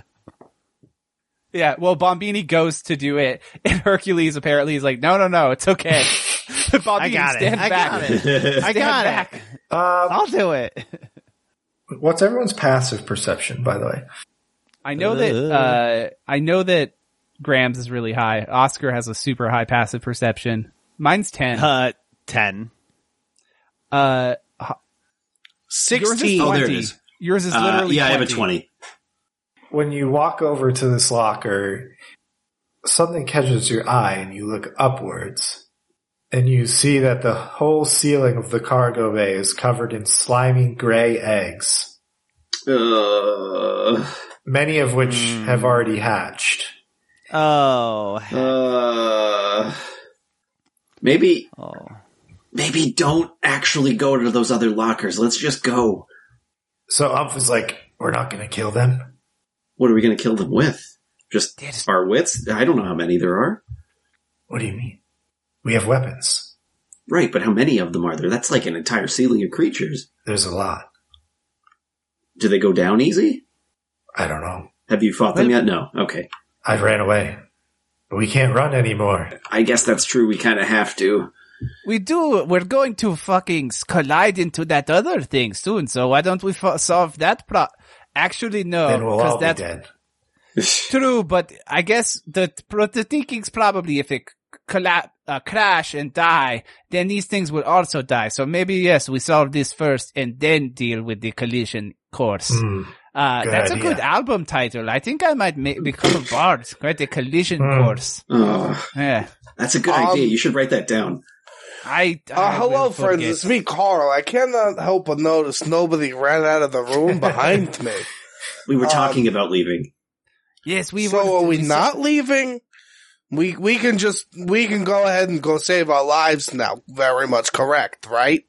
yeah, well, Bombini goes to do it, and Hercules apparently is like, no, no, no,
<laughs>
it's okay. Bombini,
I got it.
stand
I
back.
got it. I
Stand
got
back.
it.
Uh,
I'll do it.
What's everyone's passive perception, by the way?
I know that, uh, I know that Graham's is really high. Oscar has a super high passive perception. Mine's 10. Uh,
<laughs> Uh, ten.
yours is
16.
20.
Oh, there it is.
Yours is
Uh,
literally
yeah, I have a twenty.
When you walk over to this locker, something catches your eye and you look upwards and you see that the whole ceiling of the cargo bay is covered in slimy gray eggs,
Uh,
many of which
Hmm.
have already hatched.
Oh.
uh, maybe
Oh.
maybe don't actually go to those other lockers. Let's just go.
So Umph is like, we're not going to kill them.
What are we going to kill them with? Just
There's-
our wits? I don't know how many there are.
What do you mean? We have weapons.
Right, but how many of them are there? That's like an entire ceiling of creatures.
There's a lot.
Do they go down easy?
I don't know.
Have you fought them yet? No. Okay.
I ran away. But we can't run anymore.
I guess that's true. We kind of have to. <laughs>
We do. We're going to fucking s- collide into that other thing soon. So why don't we f- solve that pro? Actually, no,
Then we'll all be
Oh, that's
dead.
true. But I guess the but the thinking's probably if it colla- uh, crash and die, then these things will also die. So maybe yes, we solve this first and then deal with the collision course.
Hmm.
Uh,
Good
that's a
idea.
good album title. I think I might ma- become a bard, right? The collision
Hmm.
course.
Oh,
Yeah.
that's a good
Um,
idea. You should write that down.
I, I
Uh, hello,
will
friends.
forget.
It's me, Carl. I cannot help but notice nobody ran out of the room behind me.
We were
um,
talking about leaving.
Yes, we were.
so are we
so-
not leaving? We we can just we can go ahead and go save our lives now. Very much correct, right?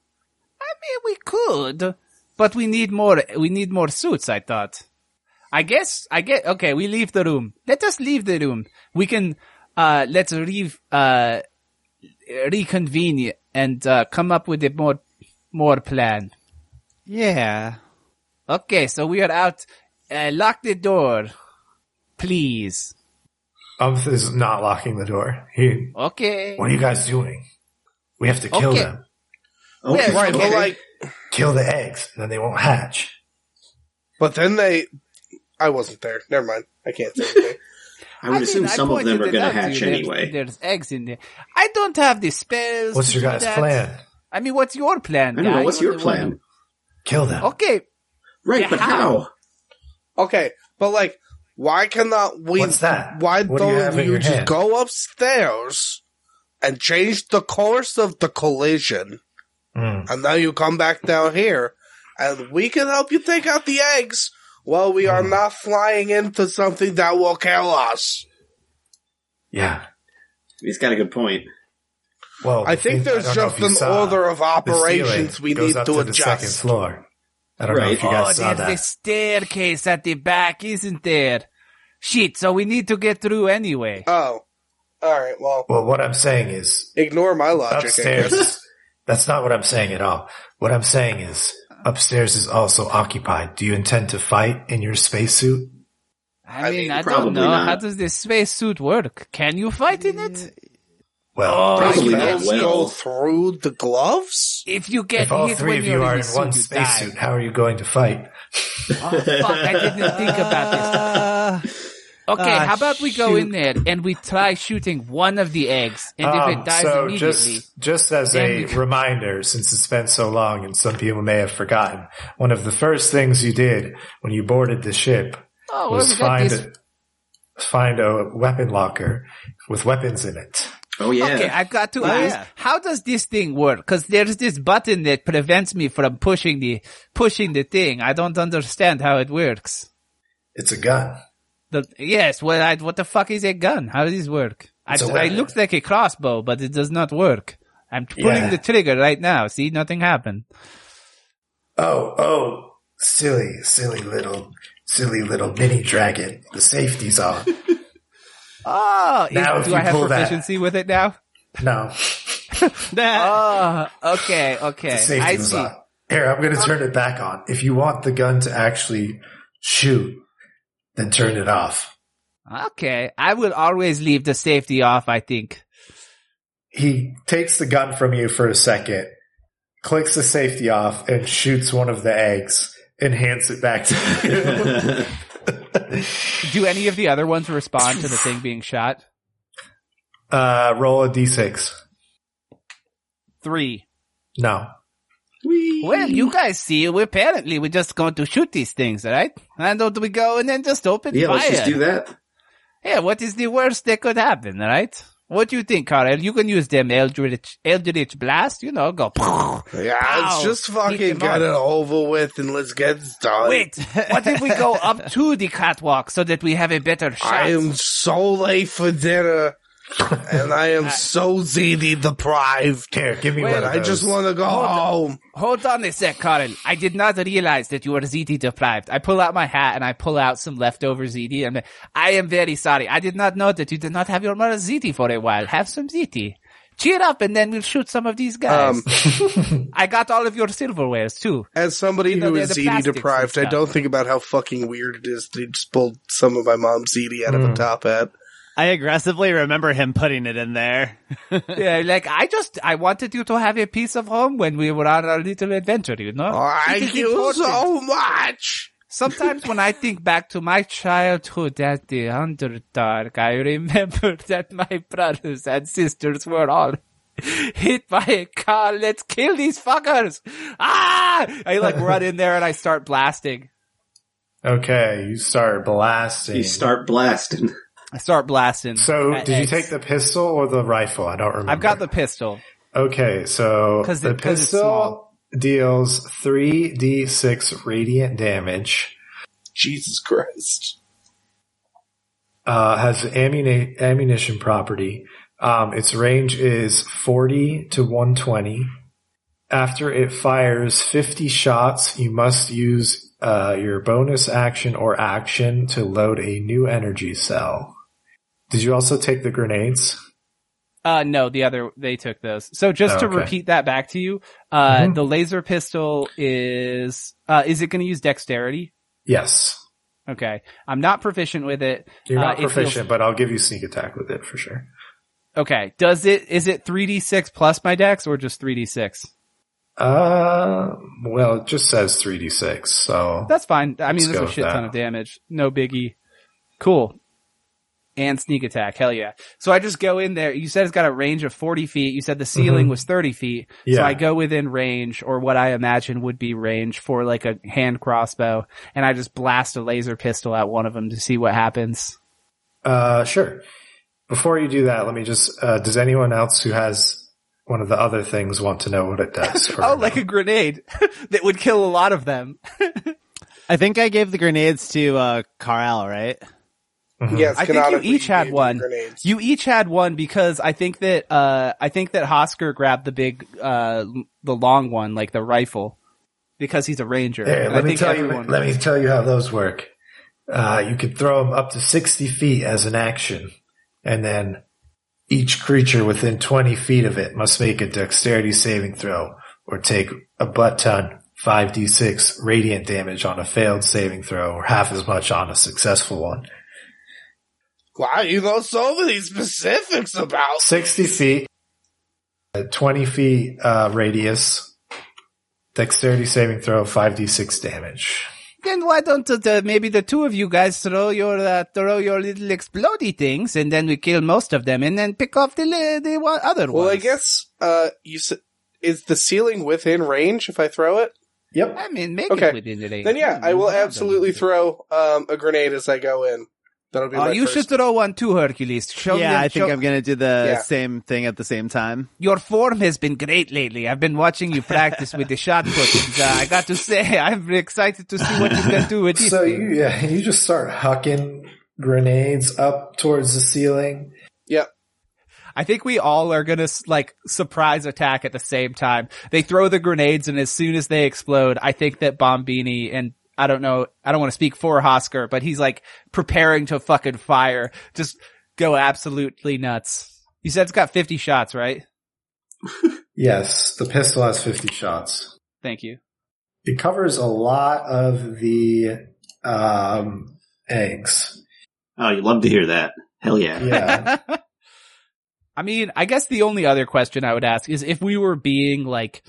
I mean, we could, but we need more. We need more suits. I thought. I guess. I get. Okay, we leave the room. Let us leave the room. We can. Uh, let's re uh, reconvene and uh, come up with a more more plan.
Yeah.
Okay, so we are out. Uh, lock the door, please.
Umph is not locking the door. He,
Okay.
what are you guys doing? We have to kill
Okay.
them.
Oh,
Yeah,
Right, but like,
Kill the eggs, and then they won't hatch.
but then they. I wasn't there. Never mind. I can't say
<laughs>
anything.
I would
mean,
assume
I
some of them
pointed
are
it
going to
out to
hatch
you. There's-
anyway.
There's eggs in there. I don't have the spells.
What's
to
your
do
guys'
that.
plan?
I mean, what's your plan?
I don't know.
guy?
What's
What
your
do you wanna-
plan?
Kill them.
Okay,
Right,
Yeah,
but
how?
how?
Okay, but like, why cannot we?
What's that?
Why
What do you
don't
have in
you
your
just
hand?
go upstairs and change the course of the collision,
Mm.
and now you come back down here, and we can help you take out the eggs while we are
Hmm.
not flying into something that will kill us.
Yeah.
He's got a good point.
Well,
I
don't
think there's
know
just
if you
an
saw
order of
the ceiling
operations we
goes
need
up
to
The second
adjust.
floor. I don't know
Right.
if you guys
oh,
saw
there's
that.
the staircase at the back, isn't there? Shit, so we need to get through anyway.
Oh, all right. Well,
Well, what I'm saying is
ignore my logic. I guess.
upstairs. is- that's not what I'm saying at all. What I'm saying is upstairs is also occupied. Do you intend to fight in your spacesuit?
I,
I
mean,
mean,
I
probably
don't know.
not.
How does this space suit work? Can you fight in it?
Well,
Oh,
Probably
You
I
not
can't
guess
go
well.
through the gloves.
If you get
if all
hit
three
when
of
you're
you are
in,
in
the
one
suit, you die.
spacesuit, how are you going to fight?
Oh, fuck, I didn't think about this.
<laughs>
Uh,
Okay,
Ah,
how about we go in
shoot.
there and we try shooting one of the eggs, and if
Um,
it dies
so
immediately,
just just as
then
a
we-
reminder, since it's been so long and some people may have forgotten, one of the first things you did when you boarded the ship
oh, well,
was
we got
find
this.
find a weapon locker with weapons in it.
Oh yeah.
Okay, I've got to
Oh,
ask,
yeah.
how does this thing work? Because there's this button that prevents me from pushing the pushing the thing. I don't understand how it works.
It's a gun.
The, yes, well, I, what the fuck is a gun? How does this work? I,
It's a
I
weapon.
looked like a crossbow, but it does not work. I'm pulling
Yeah.
the trigger right now. See, nothing happened.
Oh, oh, silly, silly little, silly little mini dragon. The safety's on.
Oh, is-
Now if
do
you
I have
pull that-
proficiency with it now? <laughs>
No,
Ah,
oh, okay, okay.
the
I
safety uh, was
see.
on. Here, I'm going to turn it back on. If you want the gun to actually shoot, then turn it off.
Okay, I will always leave the safety off. I think.
He takes the gun from you for a second, clicks the safety off, and shoots one of the eggs and hands it back
<laughs>
to you.
Do any of the other ones respond to the thing being shot?
uh, roll a d6.
Three.
No.
Well, you guys see, we apparently we're just going to shoot these things, right? Why don't we go and then just open
yeah,
fire?
let's just do that.
Yeah, what is the worst that could happen, right? What do you think, Carl? You can use them Eldritch, Eldritch Blast, you know, go. <laughs>
Yeah,
Ow.
let's just
Beat
fucking
them up.
get it over with and let's get started.
Wait, what if we go up to the catwalk so that we have a better shot?
I am so late for dinner, and I <laughs> am so ziti deprived.
Here, give me
Well,
one
And
of
I just
those.
want to go home.
Hold on a sec, Carl. I did not realize that you were ZD deprived. I pull out my hat and I pull out some leftover ZD. And I am very sorry. I did not know that you did not have your mother ZD for a while. Have some ZD. Cheer up and then we'll shoot some of these guys. I got all of your silverwares too.
Um, As somebody
You know,
who
they're
is
the
ziti
plastics and
deprived, I
stuff.
Mm. don't think about how fucking weird it is to just pull some of my mom's ziti out of a top hat.
I aggressively remember him putting it in there.
Yeah, like I just I wanted you to have a piece of home when we were on our little adventure, you know. It
Thank
is
you
important.
so much.
Sometimes when I think back to my childhood at the Underdark, I remember <laughs> that my brothers and sisters were all <laughs> hit by a car. Let's kill these fuckers! Ah! I like run in there and I start blasting.
Okay, you start blasting.
You start blasting.
I start blasting.
so,
at
did you
X.
take the pistol or the rifle? I don't remember.
I've got the pistol.
Okay, so
'Cause
the
it- 'cause it's
pistol
small.
deals 3d6 radiant damage.
Jesus Christ.
uh, has ammuni- ammunition property. Um, its range is 40 to 120. After it fires 50 shots, you must use uh, your bonus action or action to load a new energy cell. Did you also take the grenades?
Uh, no, the other, they took those. So just
Oh,
to
okay.
repeat that back to you, uh,
Mhm.
the laser pistol is, uh, is it going to use dexterity?
Yes.
Okay. I'm not proficient with it.
You're
Uh,
not
it feels-
proficient, but I'll give you sneak attack with it for sure.
Okay. Does it, is it 3d6 plus my dex or just 3d6?
Uh, well, it just says 3d6, so
That's fine. I
Let's
mean,
go
that's a
with
shit
that.
ton of damage. No biggie. Cool. And sneak attack. Hell yeah. So I just go in there. You said it's got a range of 40 feet. You said the ceiling was 30 feet. So
Mm-hmm. Yeah.
I go within range or what I imagine would be range for like a hand crossbow and I just blast a laser pistol at one of them to see what happens.
Uh, sure. Before you do that, let me just. Uh, does anyone else who has one of the other things want to know what it
<laughs>
does? or
Oh,
no?
like a grenade <laughs> that would kill a lot of them.
I think I gave the grenades to uh, Carl, right?
Mhm.
Yes,
Hmm. I think you
canonically,
each had
gave me
one.
Grenades.
You each had one because I think that, uh, I think that Hosker grabbed the big, uh, l- the long one, like the rifle because he's a ranger.
Here,
And I
let me
think
tell
everyone-
you. Let me tell you how those work. Uh, you can throw them up to sixty feet as an action, and then each creature within twenty feet of it must make a dexterity saving throw or take a butt ton. 5d6 radiant damage on a failed saving throw or half as much on a successful one.
Wow, you know so many specifics about
60 feet, uh, 20 feet uh, radius, dexterity saving throw, 5d6 damage.
Then why don't uh, the, maybe the two of you guys throw your uh, throw your little explodey things, and then we kill most of them, and then pick off the li- the one, other ones.
Well, I guess uh, you said is the ceiling within range if I throw it?
Yep.
I mean, make
Okay.
it within the Mm-hmm. range.
Then yeah, I will absolutely
throw.
throw um, a grenade as I go in. That'll be
Oh,
my
you
first.
should throw one too, Hercules. Show
yeah,
them-
I think
show-
I'm gonna do the
Yeah.
same thing at the same time.
your form has been great lately. I've been watching you practice with the shot put. And, uh, I got to say, <laughs> I'm excited to see what you can do with this.
So
thing.
<laughs> you, yeah, you just start hucking grenades up towards the ceiling.
Yep.
I think we all are gonna like surprise attack at the same time. They throw the grenades and as soon as they explode, I think that Bombini and I don't know, I don't want to speak for Hosker, but he's like preparing to fucking fire. Just go absolutely nuts. You said it's got 50 shots, right?
Yes, the pistol has 50 shots.
Thank you.
It covers a lot of the um, eggs.
Oh, you love to hear that. Hell yeah.
Yeah.
I mean, I guess the only other question I would ask is if we were being like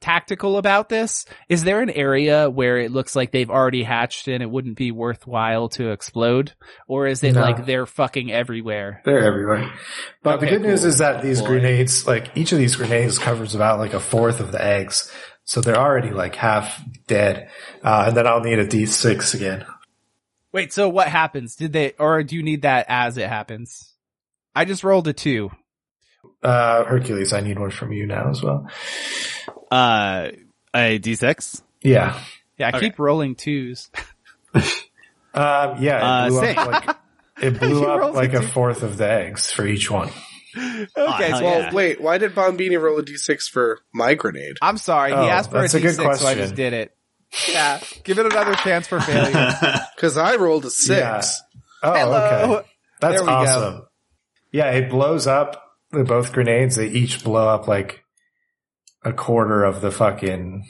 tactical about this, is there an area where it looks like they've already hatched and it wouldn't be worthwhile to explode? Or is it
No.
like they're fucking everywhere?
<laughs> They're everywhere. But the
Okay,
good news
cool.
is that these
Boy.
grenades, like each of these grenades covers about like a fourth of the eggs. So they're already like half dead. Uh, and then I'll need a D6 again.
Wait, so what happens? Did they, or do you need that as it happens? I just rolled a two.
Uh, Hercules, I need one from you now as well.
Uh, a d6.
Yeah.
Yeah, I
Okay.
keep rolling twos.
Um, yeah.
Uh,
It blew
same.
up like, it blew
You
up
rolled a
like a
two.
fourth of the eggs for each one.
<laughs> Okay,
hell
so
Well,
yeah.
wait. Why did Bombini roll a d6 for my grenade?
I'm sorry.
Oh,
he asked for a
that's a good
D6, so I
question.
just did it. Yeah, give it another chance for failure.
Because I rolled a six.
Yeah. Oh,
Hello.
okay. That's
There we go.
awesome. Yeah. It blows up the both grenades. They each blow up like a quarter of the fucking,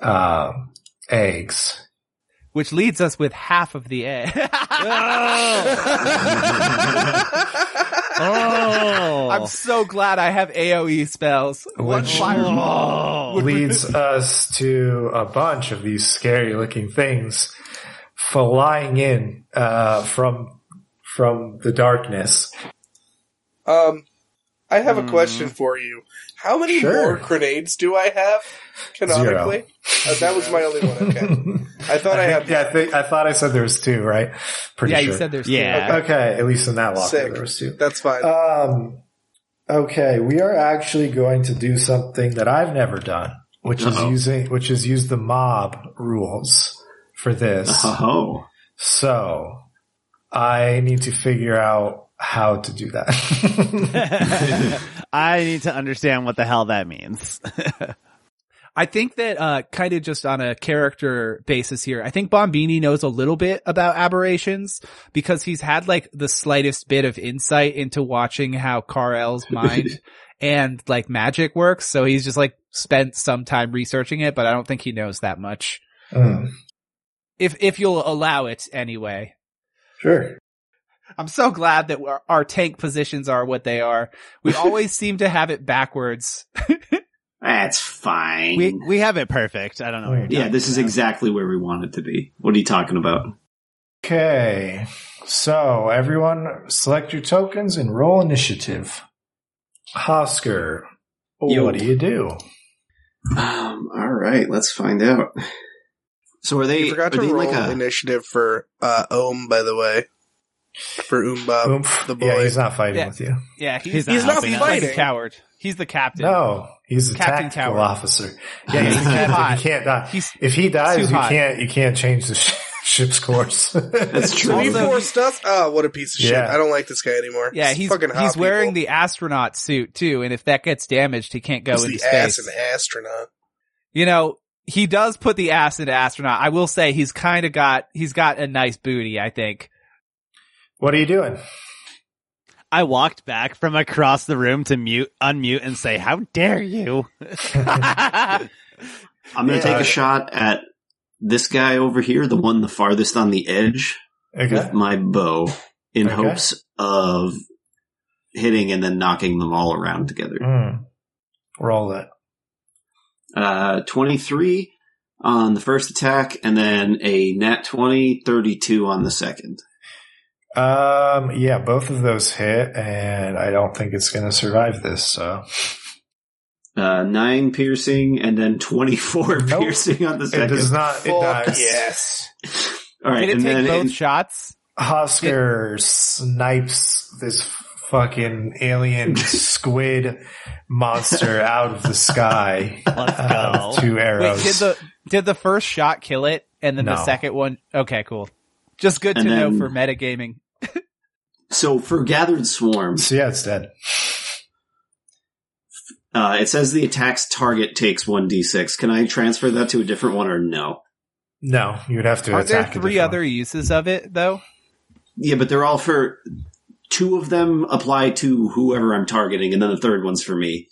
um, eggs.
<laughs> which leads us with half of the egg. <laughs>
<laughs>
<laughs>
Oh,
I'm so glad I have AOE spells. One
Which-
Oh.
fireball.
leads us to a bunch of these scary looking things flying in uh, from from the darkness.
Um, I have a question for you. How many
Hmm. Sure.
more grenades do I have canonically? Uh, that was my only one. Okay,
<laughs>
I thought I,
I
had
think, yeah, I, think, I thought I said there was two, right? Pretty
yeah,
sure.
you said there's
Yeah.
two.
Okay, at least in that locker
Sick.
there was two.
That's fine.
Uh,
Um, okay, we are actually going to do something that I've never done, which
Uh-oh.
Uh-huh.
is using which is use the mob rules for this.
<laughs>
Uh-huh.
Oh,
So I need to figure out how to do that.
<laughs>
<laughs>
I need to understand what the hell that means.
I think that uh kind of just on a character basis here. I think Bombini knows a little bit about aberrations because he's had like the slightest bit of insight into watching how Carl's mind and like magic works, so he's just like spent some time researching it, but I don't think he knows that much. <laughs>
Mm,
If if you'll allow it anyway.
sure.
I'm so glad that our, our tank positions are what they are. We always seem to have it backwards.
that's fine.
we we have it perfect. I don't know. What you're
yeah,
talking
this is
about.
exactly where we want it to be. What are you talking about?
Okay. So everyone select your tokens and roll initiative. Hosker,
Yo.
what do you do?
Um, all right, let's find out. So are they?
you forgot
are
to
they
roll
like a?
initiative for uh, Ohm, by the way. For Umba,
Oomph.
the
Yeah,
boy.
he's not fighting
Yeah.
with you.
Yeah,
He's not He's not helping us.
like a
fighting.
coward. He's the captain.
No, he's a
Captain
tactical
Coward.
officer. <laughs> Yeah, he's a captain.
hot.
He can't die.
He's
If he
Too
dies, you
hot.
can't. You can't change the sh- <laughs> ship's course. <laughs>
That's true.
Three
Also-
forced us. Oh, what a piece of shit!
Yeah.
I don't like this guy anymore.
yeah, he's
fucking hot
he's
people.
wearing the astronaut suit too, and if that gets damaged, he can't go
He's
into
the ass
space.
and astronaut.
you know, he does put the ass into astronaut. I will say he's kind of got he's got a nice booty. I think.
what are you doing?
I walked back from across the room to mute, unmute, and say, "How dare you!"
I'm going to take
Yeah.
a shot at this guy over here, the one the farthest on the edge,
Okay.
with my bow, in
Okay.
hopes of hitting and then knocking them all around together.
Mm. Roll it.
Uh, 23 on the first attack, and then a nat 20, 32 on the second.
Um, yeah, both of those hit, and I don't think it's going to survive this. So
Uh, nine piercing, and then 24
Nope.
piercing on the
it does
second.
not. It
Fuck
dies.
yes.
All right,
Did it
and
take
then
both
in-
shots?
Oscar snipes this fucking
<laughs>
alien squid monster out of the sky. <laughs>
Let's
uh,
go.
with two
Wait,
arrows.
did the did the first shot kill it, and then the
No.
second one? Okay, cool. Just good to
And
know
then-
for metagaming.
so for gathered swarms,
so yeah, it's dead.
Uh, it says the attack's target takes 1d6. Can I transfer that to a different one or no?
No, you would have to.
Are there
attack a
three
different
other uses of it though?
Yeah, but they're all for. Two of them apply to whoever I'm targeting, and then the third one's for me.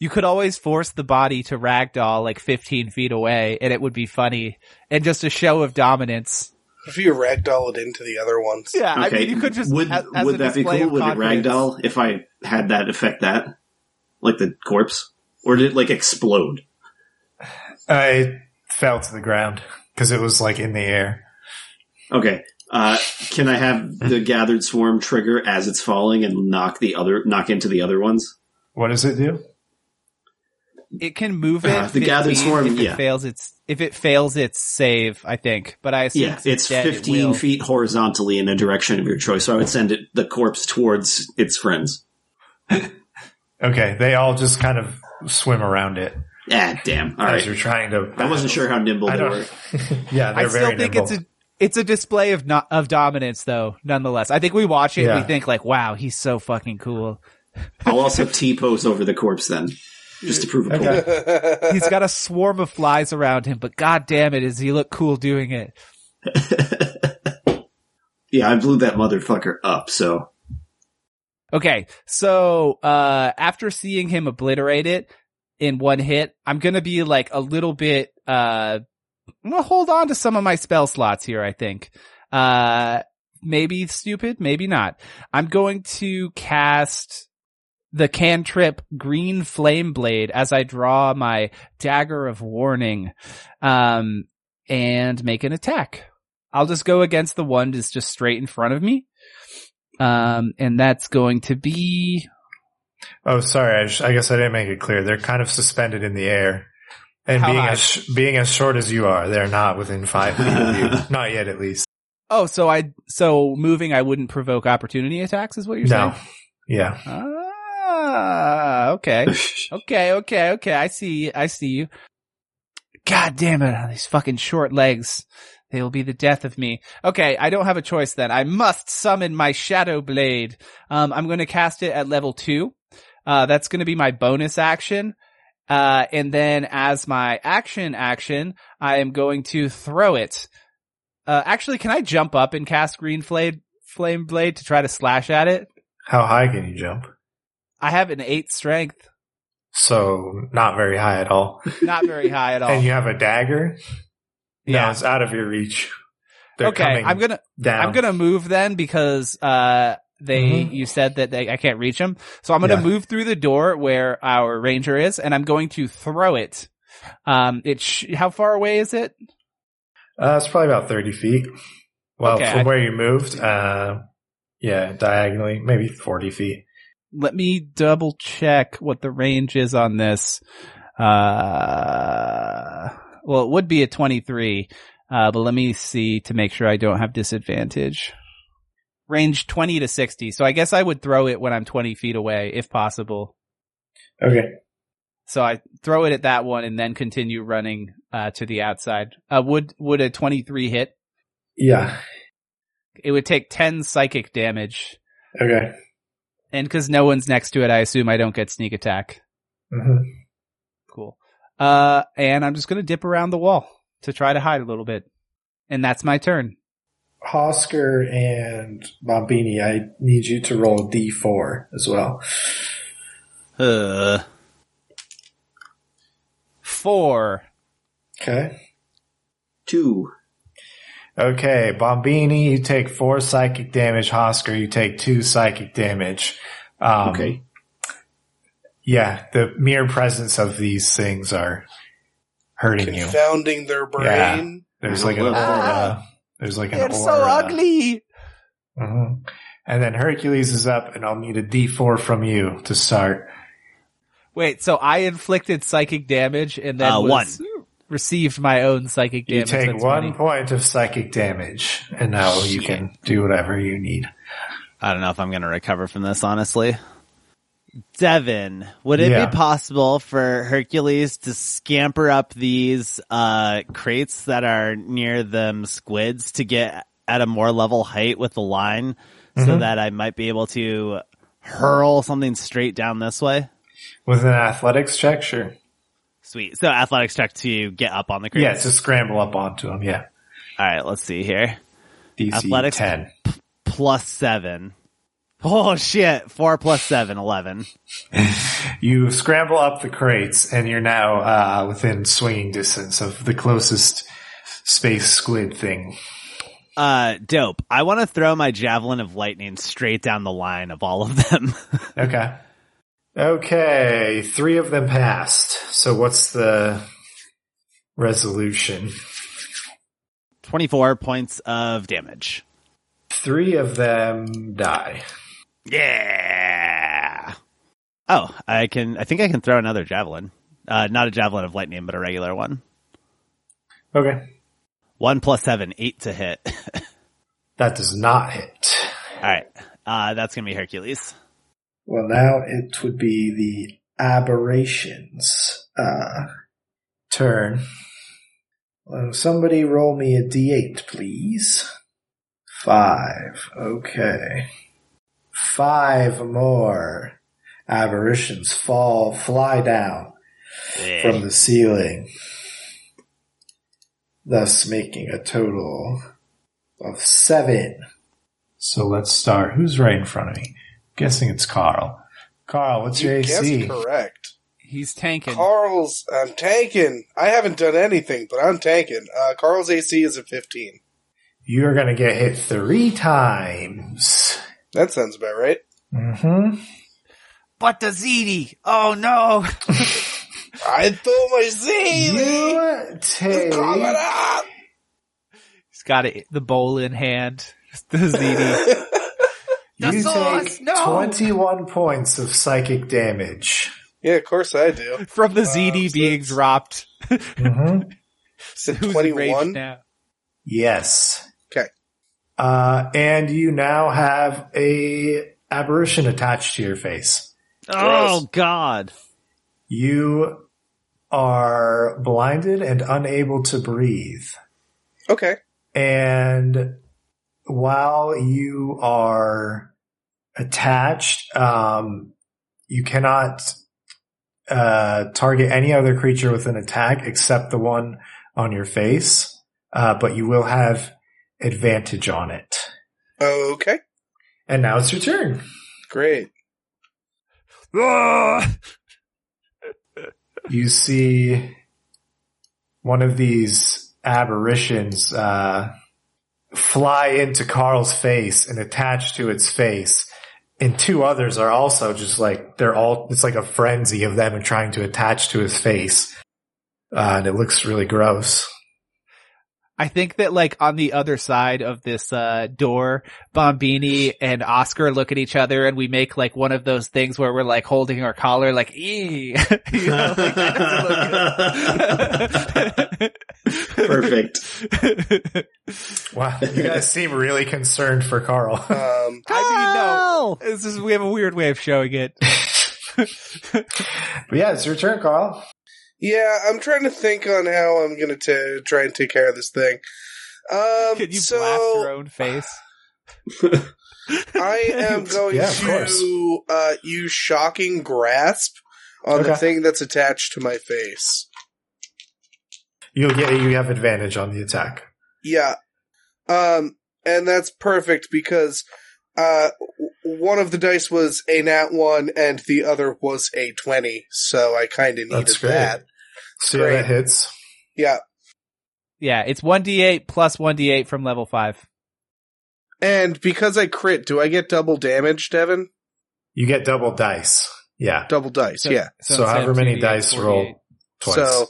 You could always force the body to ragdoll like 15 feet away and it would be funny and just a show of dominance.
If you ragdoll it into the other ones, <laughs>
Yeah,
Okay. would would that be cool? Would it ragdoll if I had that affect that, like the corpse, or did it like explode?
I Uh, fell to the ground because it was like in the air.
Okay. Uh, can I have the gathered swarm trigger as it's falling and knock the other knock into the other ones?
What does it do?
It can move it.
Uh, the gathered
15
swarm,
if
yeah.
it fails its if it fails its save, I think. But I assume
Yeah,
since
it's
dead, it
15
will.
feet horizontally in a direction of your choice. So I would send it the corpse towards its friends.
Okay, they all just kind of swim around it
Ah, damn. All
as
right.
you're trying to.
I wasn't sure how nimble
I
they
don't.
were.
<laughs> yeah, they're
I still
very
think
nimble.
it's a it's a display of not of dominance though, nonetheless. I think we watch it
Yeah.
we think like, wow, he's so fucking cool.
I'll also <laughs> T pose over the corpse then, just to prove a point.
Okay.
He's got a swarm of flies around him, but god damn it, does he look cool doing it?
Yeah, I blew that motherfucker up. So
Okay, so uh after seeing him obliterate it in one hit, I'm gonna be like a little bit uh I'm gonna hold on to some of my spell slots here. I think. Uh, maybe stupid, maybe not. I'm going to cast the cantrip Green Flame Blade as I draw my dagger of warning, um, and make an attack. I'll just go against the one that's just straight in front of me. Um, and that's going to be
Oh, sorry. I, sh- I guess I didn't make it clear. They're kind of suspended in the air, and
How
being
high?
as sh- being as short as you are, they're not within five feet of you. Not yet, at least.
oh, so I so moving I wouldn't provoke opportunity attacks is what you're
No.
saying?
Yeah.
Ah, okay, okay, okay, okay. I see, I see you. God damn it! These fucking short legs. They will be the death of me. Okay, I don't have a choice then. I must summon my shadow blade. Um, I'm going to cast it at level two. Uh, that's going to be my bonus action. Uh, and then as my action action, I am going to throw it. Uh, actually, can I jump up and cast green flame, flame blade to try to slash at it?
How high can you jump?
I have an eight strength,
So not very high at all.
not very high at all.
<laughs> And you have a dagger. No,
yeah.
it's out of your reach. They're
Okay,
coming
I'm gonna
down.
I'm gonna move then because uh they
Mhm.
you said that they I can't reach them, so I'm gonna
Yeah.
move through the door where our ranger is, and I'm going to throw it. Um, it sh- how far away is it?
Uh, it's probably about thirty feet. Well,
Okay,
from
I-
where you moved, uh, yeah, diagonally, maybe forty feet.
Let me double check what the range is on this. Uh, well, it would be a 23, uh, but let me see to make sure I don't have disadvantage. Range 20 to 60. So I guess I would throw it when I'm 20 feet away, if possible.
Okay.
So I throw it at that one and then continue running, uh, to the outside. Uh, would, would a 23 hit?
Yeah.
It would take 10 psychic damage.
Okay.
And cause no one's next to it, I assume I don't get sneak attack.
hmm
Cool. Uh, and I'm just gonna dip around the wall to try to hide a little bit. And that's my turn.
Hosker and Bombini, I need you to roll D d4 as well.
Uh,
Four.
Okay.
Two.
Okay, Bombini, you take four psychic damage. Hosker, you take two psychic damage. Um,
Okay.
Yeah, the mere presence of these things are hurting you.
Confounding their brain.
There's like an aura.
Ah,
There's like an
They're
aura.
so ugly.
hmm And then Hercules is up, and I'll need a D4 from you to start.
Wait, so I inflicted psychic damage and then
Uh,
was- received my own psychic
You
damage.
take
That's
one
funny.
point of psychic damage, and now you can do whatever you need.
I don't know if I'm going to recover from this, honestly. Devin, would it
Yeah.
be possible for Hercules to scamper up these uh, crates that are near them squids to get at a more level height with the line so that I might be able to hurl something straight down this way?
With an athletics check, sure.
Sweet. So athletics check to get up on the crates.
Yeah, to scramble up onto him. Yeah,
All right, let's see here.
DC
Athletics?
ten.
Plus seven. Oh shit. Four plus seven, eleven.
You scramble up the crates, and you're now uh, within swinging distance of the closest space squid thing.
Uh, dope. I want to throw my javelin of lightning straight down the line of all of them. <laughs>
Okay. Okay, three of them passed. So what's the resolution?
24 points of damage.
Three of them die.
Yeah. Oh, I can, I think I can throw another javelin. Uh, not a javelin of lightning, but a regular one.
Okay.
One plus seven, eight to hit. <laughs>
That does not hit.
all right. Uh, that's going to be Hercules.
Well, now it would be the aberrations uh, turn. Uh, somebody roll me a d8, please. Five. Okay. Five more aberrations fall, fly down
Yeah.
from the ceiling, thus making a total of seven. So let's start. Who's right in front of me? Guessing it's Carl. Carl, what's your
You guessed
AC?
correct.
He's tanking.
Carl's, I'm tanking. I haven't done anything, but I'm tanking. Uh, Carl's AC is at 15.
You're going to get hit three times.
That sounds about right.
Mm-hmm.
but the ZD. Oh no.
I throw my Z. uh,
You take.
Come it up.
He's got it, the bowl in hand. <laughs> The ZD. <laughs> The
You
sauce,
take
no!
21 points of psychic damage.
Yeah, of course I do.
From the ZD
so
being
it's-
dropped.
Mm-hmm.
<laughs> So who's enraged
21?
now?
Yes.
Okay.
Uh, and you now have a apparition attached to your face.
Oh God.
You are blinded and unable to breathe.
Okay.
And while you are attached, um, you cannot uh, target any other creature with an attack except the one on your face, uh, but you will have advantage on it.
Okay.
And now it's your turn.
Great.
Ah!
You see one of these aberrations uh, fly into Carl's face and attach to its face. And two others are also just like, they're all, it's like a frenzy of them trying to attach to his face. Uh, and it looks really gross.
I think that like on the other side of this uh door, Bombini and Oscar look at each other and we make like one of those things where we're like holding our collar like ee <laughs> you know, like, that doesn't look
Perfect.
good.
Wow. You guys seem really concerned for Carl. <laughs>
Um,
<laughs> I mean no. This is we have a weird way of showing it.
but yeah, it's your turn, Carl.
yeah, I'm trying to think on how I'm going to try and take care of this thing. Um,
Can <laughs> you
so
blast your own face? <laughs>
I am going
Yeah, of
to uh, use shocking grasp on the
Okay.
thing that's attached to my face.
You'll get, you have advantage on the attack.
Yeah, um, and that's perfect because uh, w- one of the dice was a nat one and the other was a twenty, so I kind of needed
That's great.
that.
See how
Great.
that hits.
Yeah,
Yeah, it's one D eight plus one D eight from level five.
and because I crit, do I get double damage, Devin?
You get double dice. Yeah.
Double dice, yeah.
So
instead
however
of
many
2D8,
dice roll
48.
Twice.
So,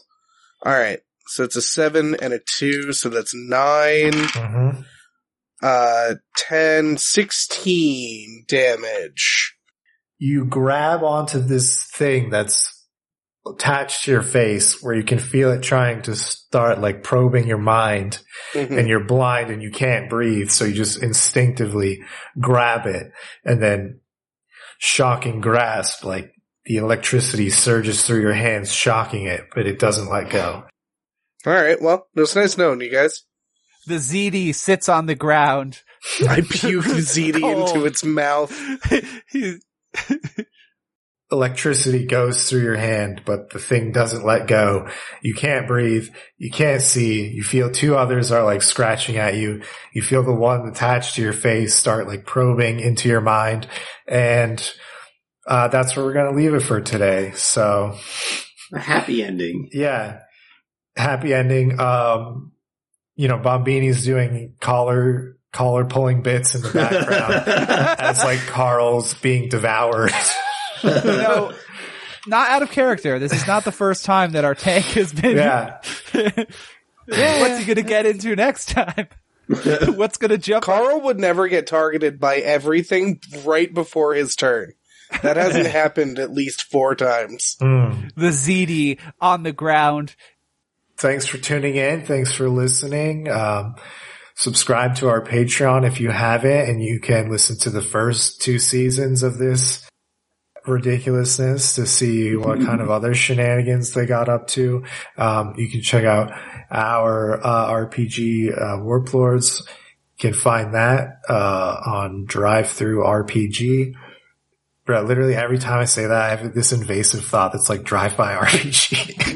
all right. So it's a seven and a two, so that's nine.
Mm-hmm.
uh 10 16 damage
You grab onto this thing that's attached to your face where you can feel it trying to start like probing your mind
Hmm.
and you're blind and you can't breathe. So you just instinctively grab it and then shocking grasp, like the electricity surges through your hands, shocking it, but it doesn't let go.
all right well it was nice knowing you guys
The ZD sits on the ground <laughs>
i <laughs> puked zd into
Oh.
Cold.
its mouth
He-
Electricity goes through your hand, but the thing doesn't let go. You can't breathe. You can't see. You feel two others are like scratching at you. You feel the one attached to your face start like probing into your mind. And uh, that's where we're going to leave it for today. So
A happy ending.
yeah, happy ending. Um, you know, Bombini's doing collar, collar pulling bits in the
<laughs>
background as like Carl's being devoured.
<laughs> you know, not out of character. This is not the first time that our tank has been. <laughs>
yeah.
What's he gonna get into next time? <laughs> What's gonna jump?
carl would never get targeted by everything right before his turn that
<laughs>
hasn't happened at least four times
Mm.
the ZD on the ground.
thanks for tuning in. Thanks for listening. Um, subscribe to our Patreon if you haven't, and you can listen to the first two seasons of this ridiculousness to see what kind of other shenanigans they got up to. Um, you can check out our uh, RPG uh, Warplords. You can find that uh, on Drive Through RPG. Bro, <laughs> literally every time I say that, I have this invasive thought that's like Drive By RPG.
<laughs>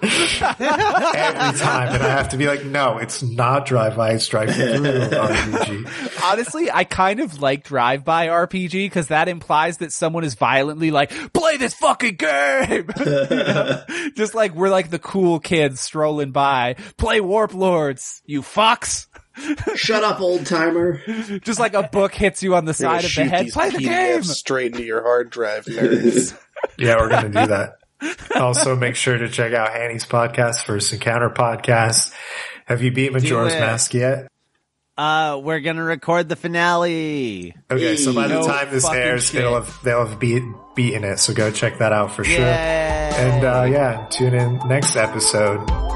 every time, and I have to be like, no, it's not Drive By, it's Drive
<laughs>
Through RPG.
Honestly, I kind of like Drive By RPG because that implies that someone is violently like, play this fucking game! <laughs> Just like we're like the cool kids strolling by, play Warp Lords, you fucks!
Shut up, old timer.
Just like a book hits you on the
We're
side
gonna
of the head, play the game!
PDFs straight into your hard drive. nerds.
Yeah, we're gonna do that. Also, make sure to check out Hanny's podcast, First Encounter podcast. Have you beat Majora's
it.
Mask yet?
Uh, we're gonna record the finale.
Okay, so by the
No
time this
fucking
airs,
shit.
they'll have they'll have beat, beaten it. So go check that out for sure.
Yay.
And uh, yeah, tune in next episode.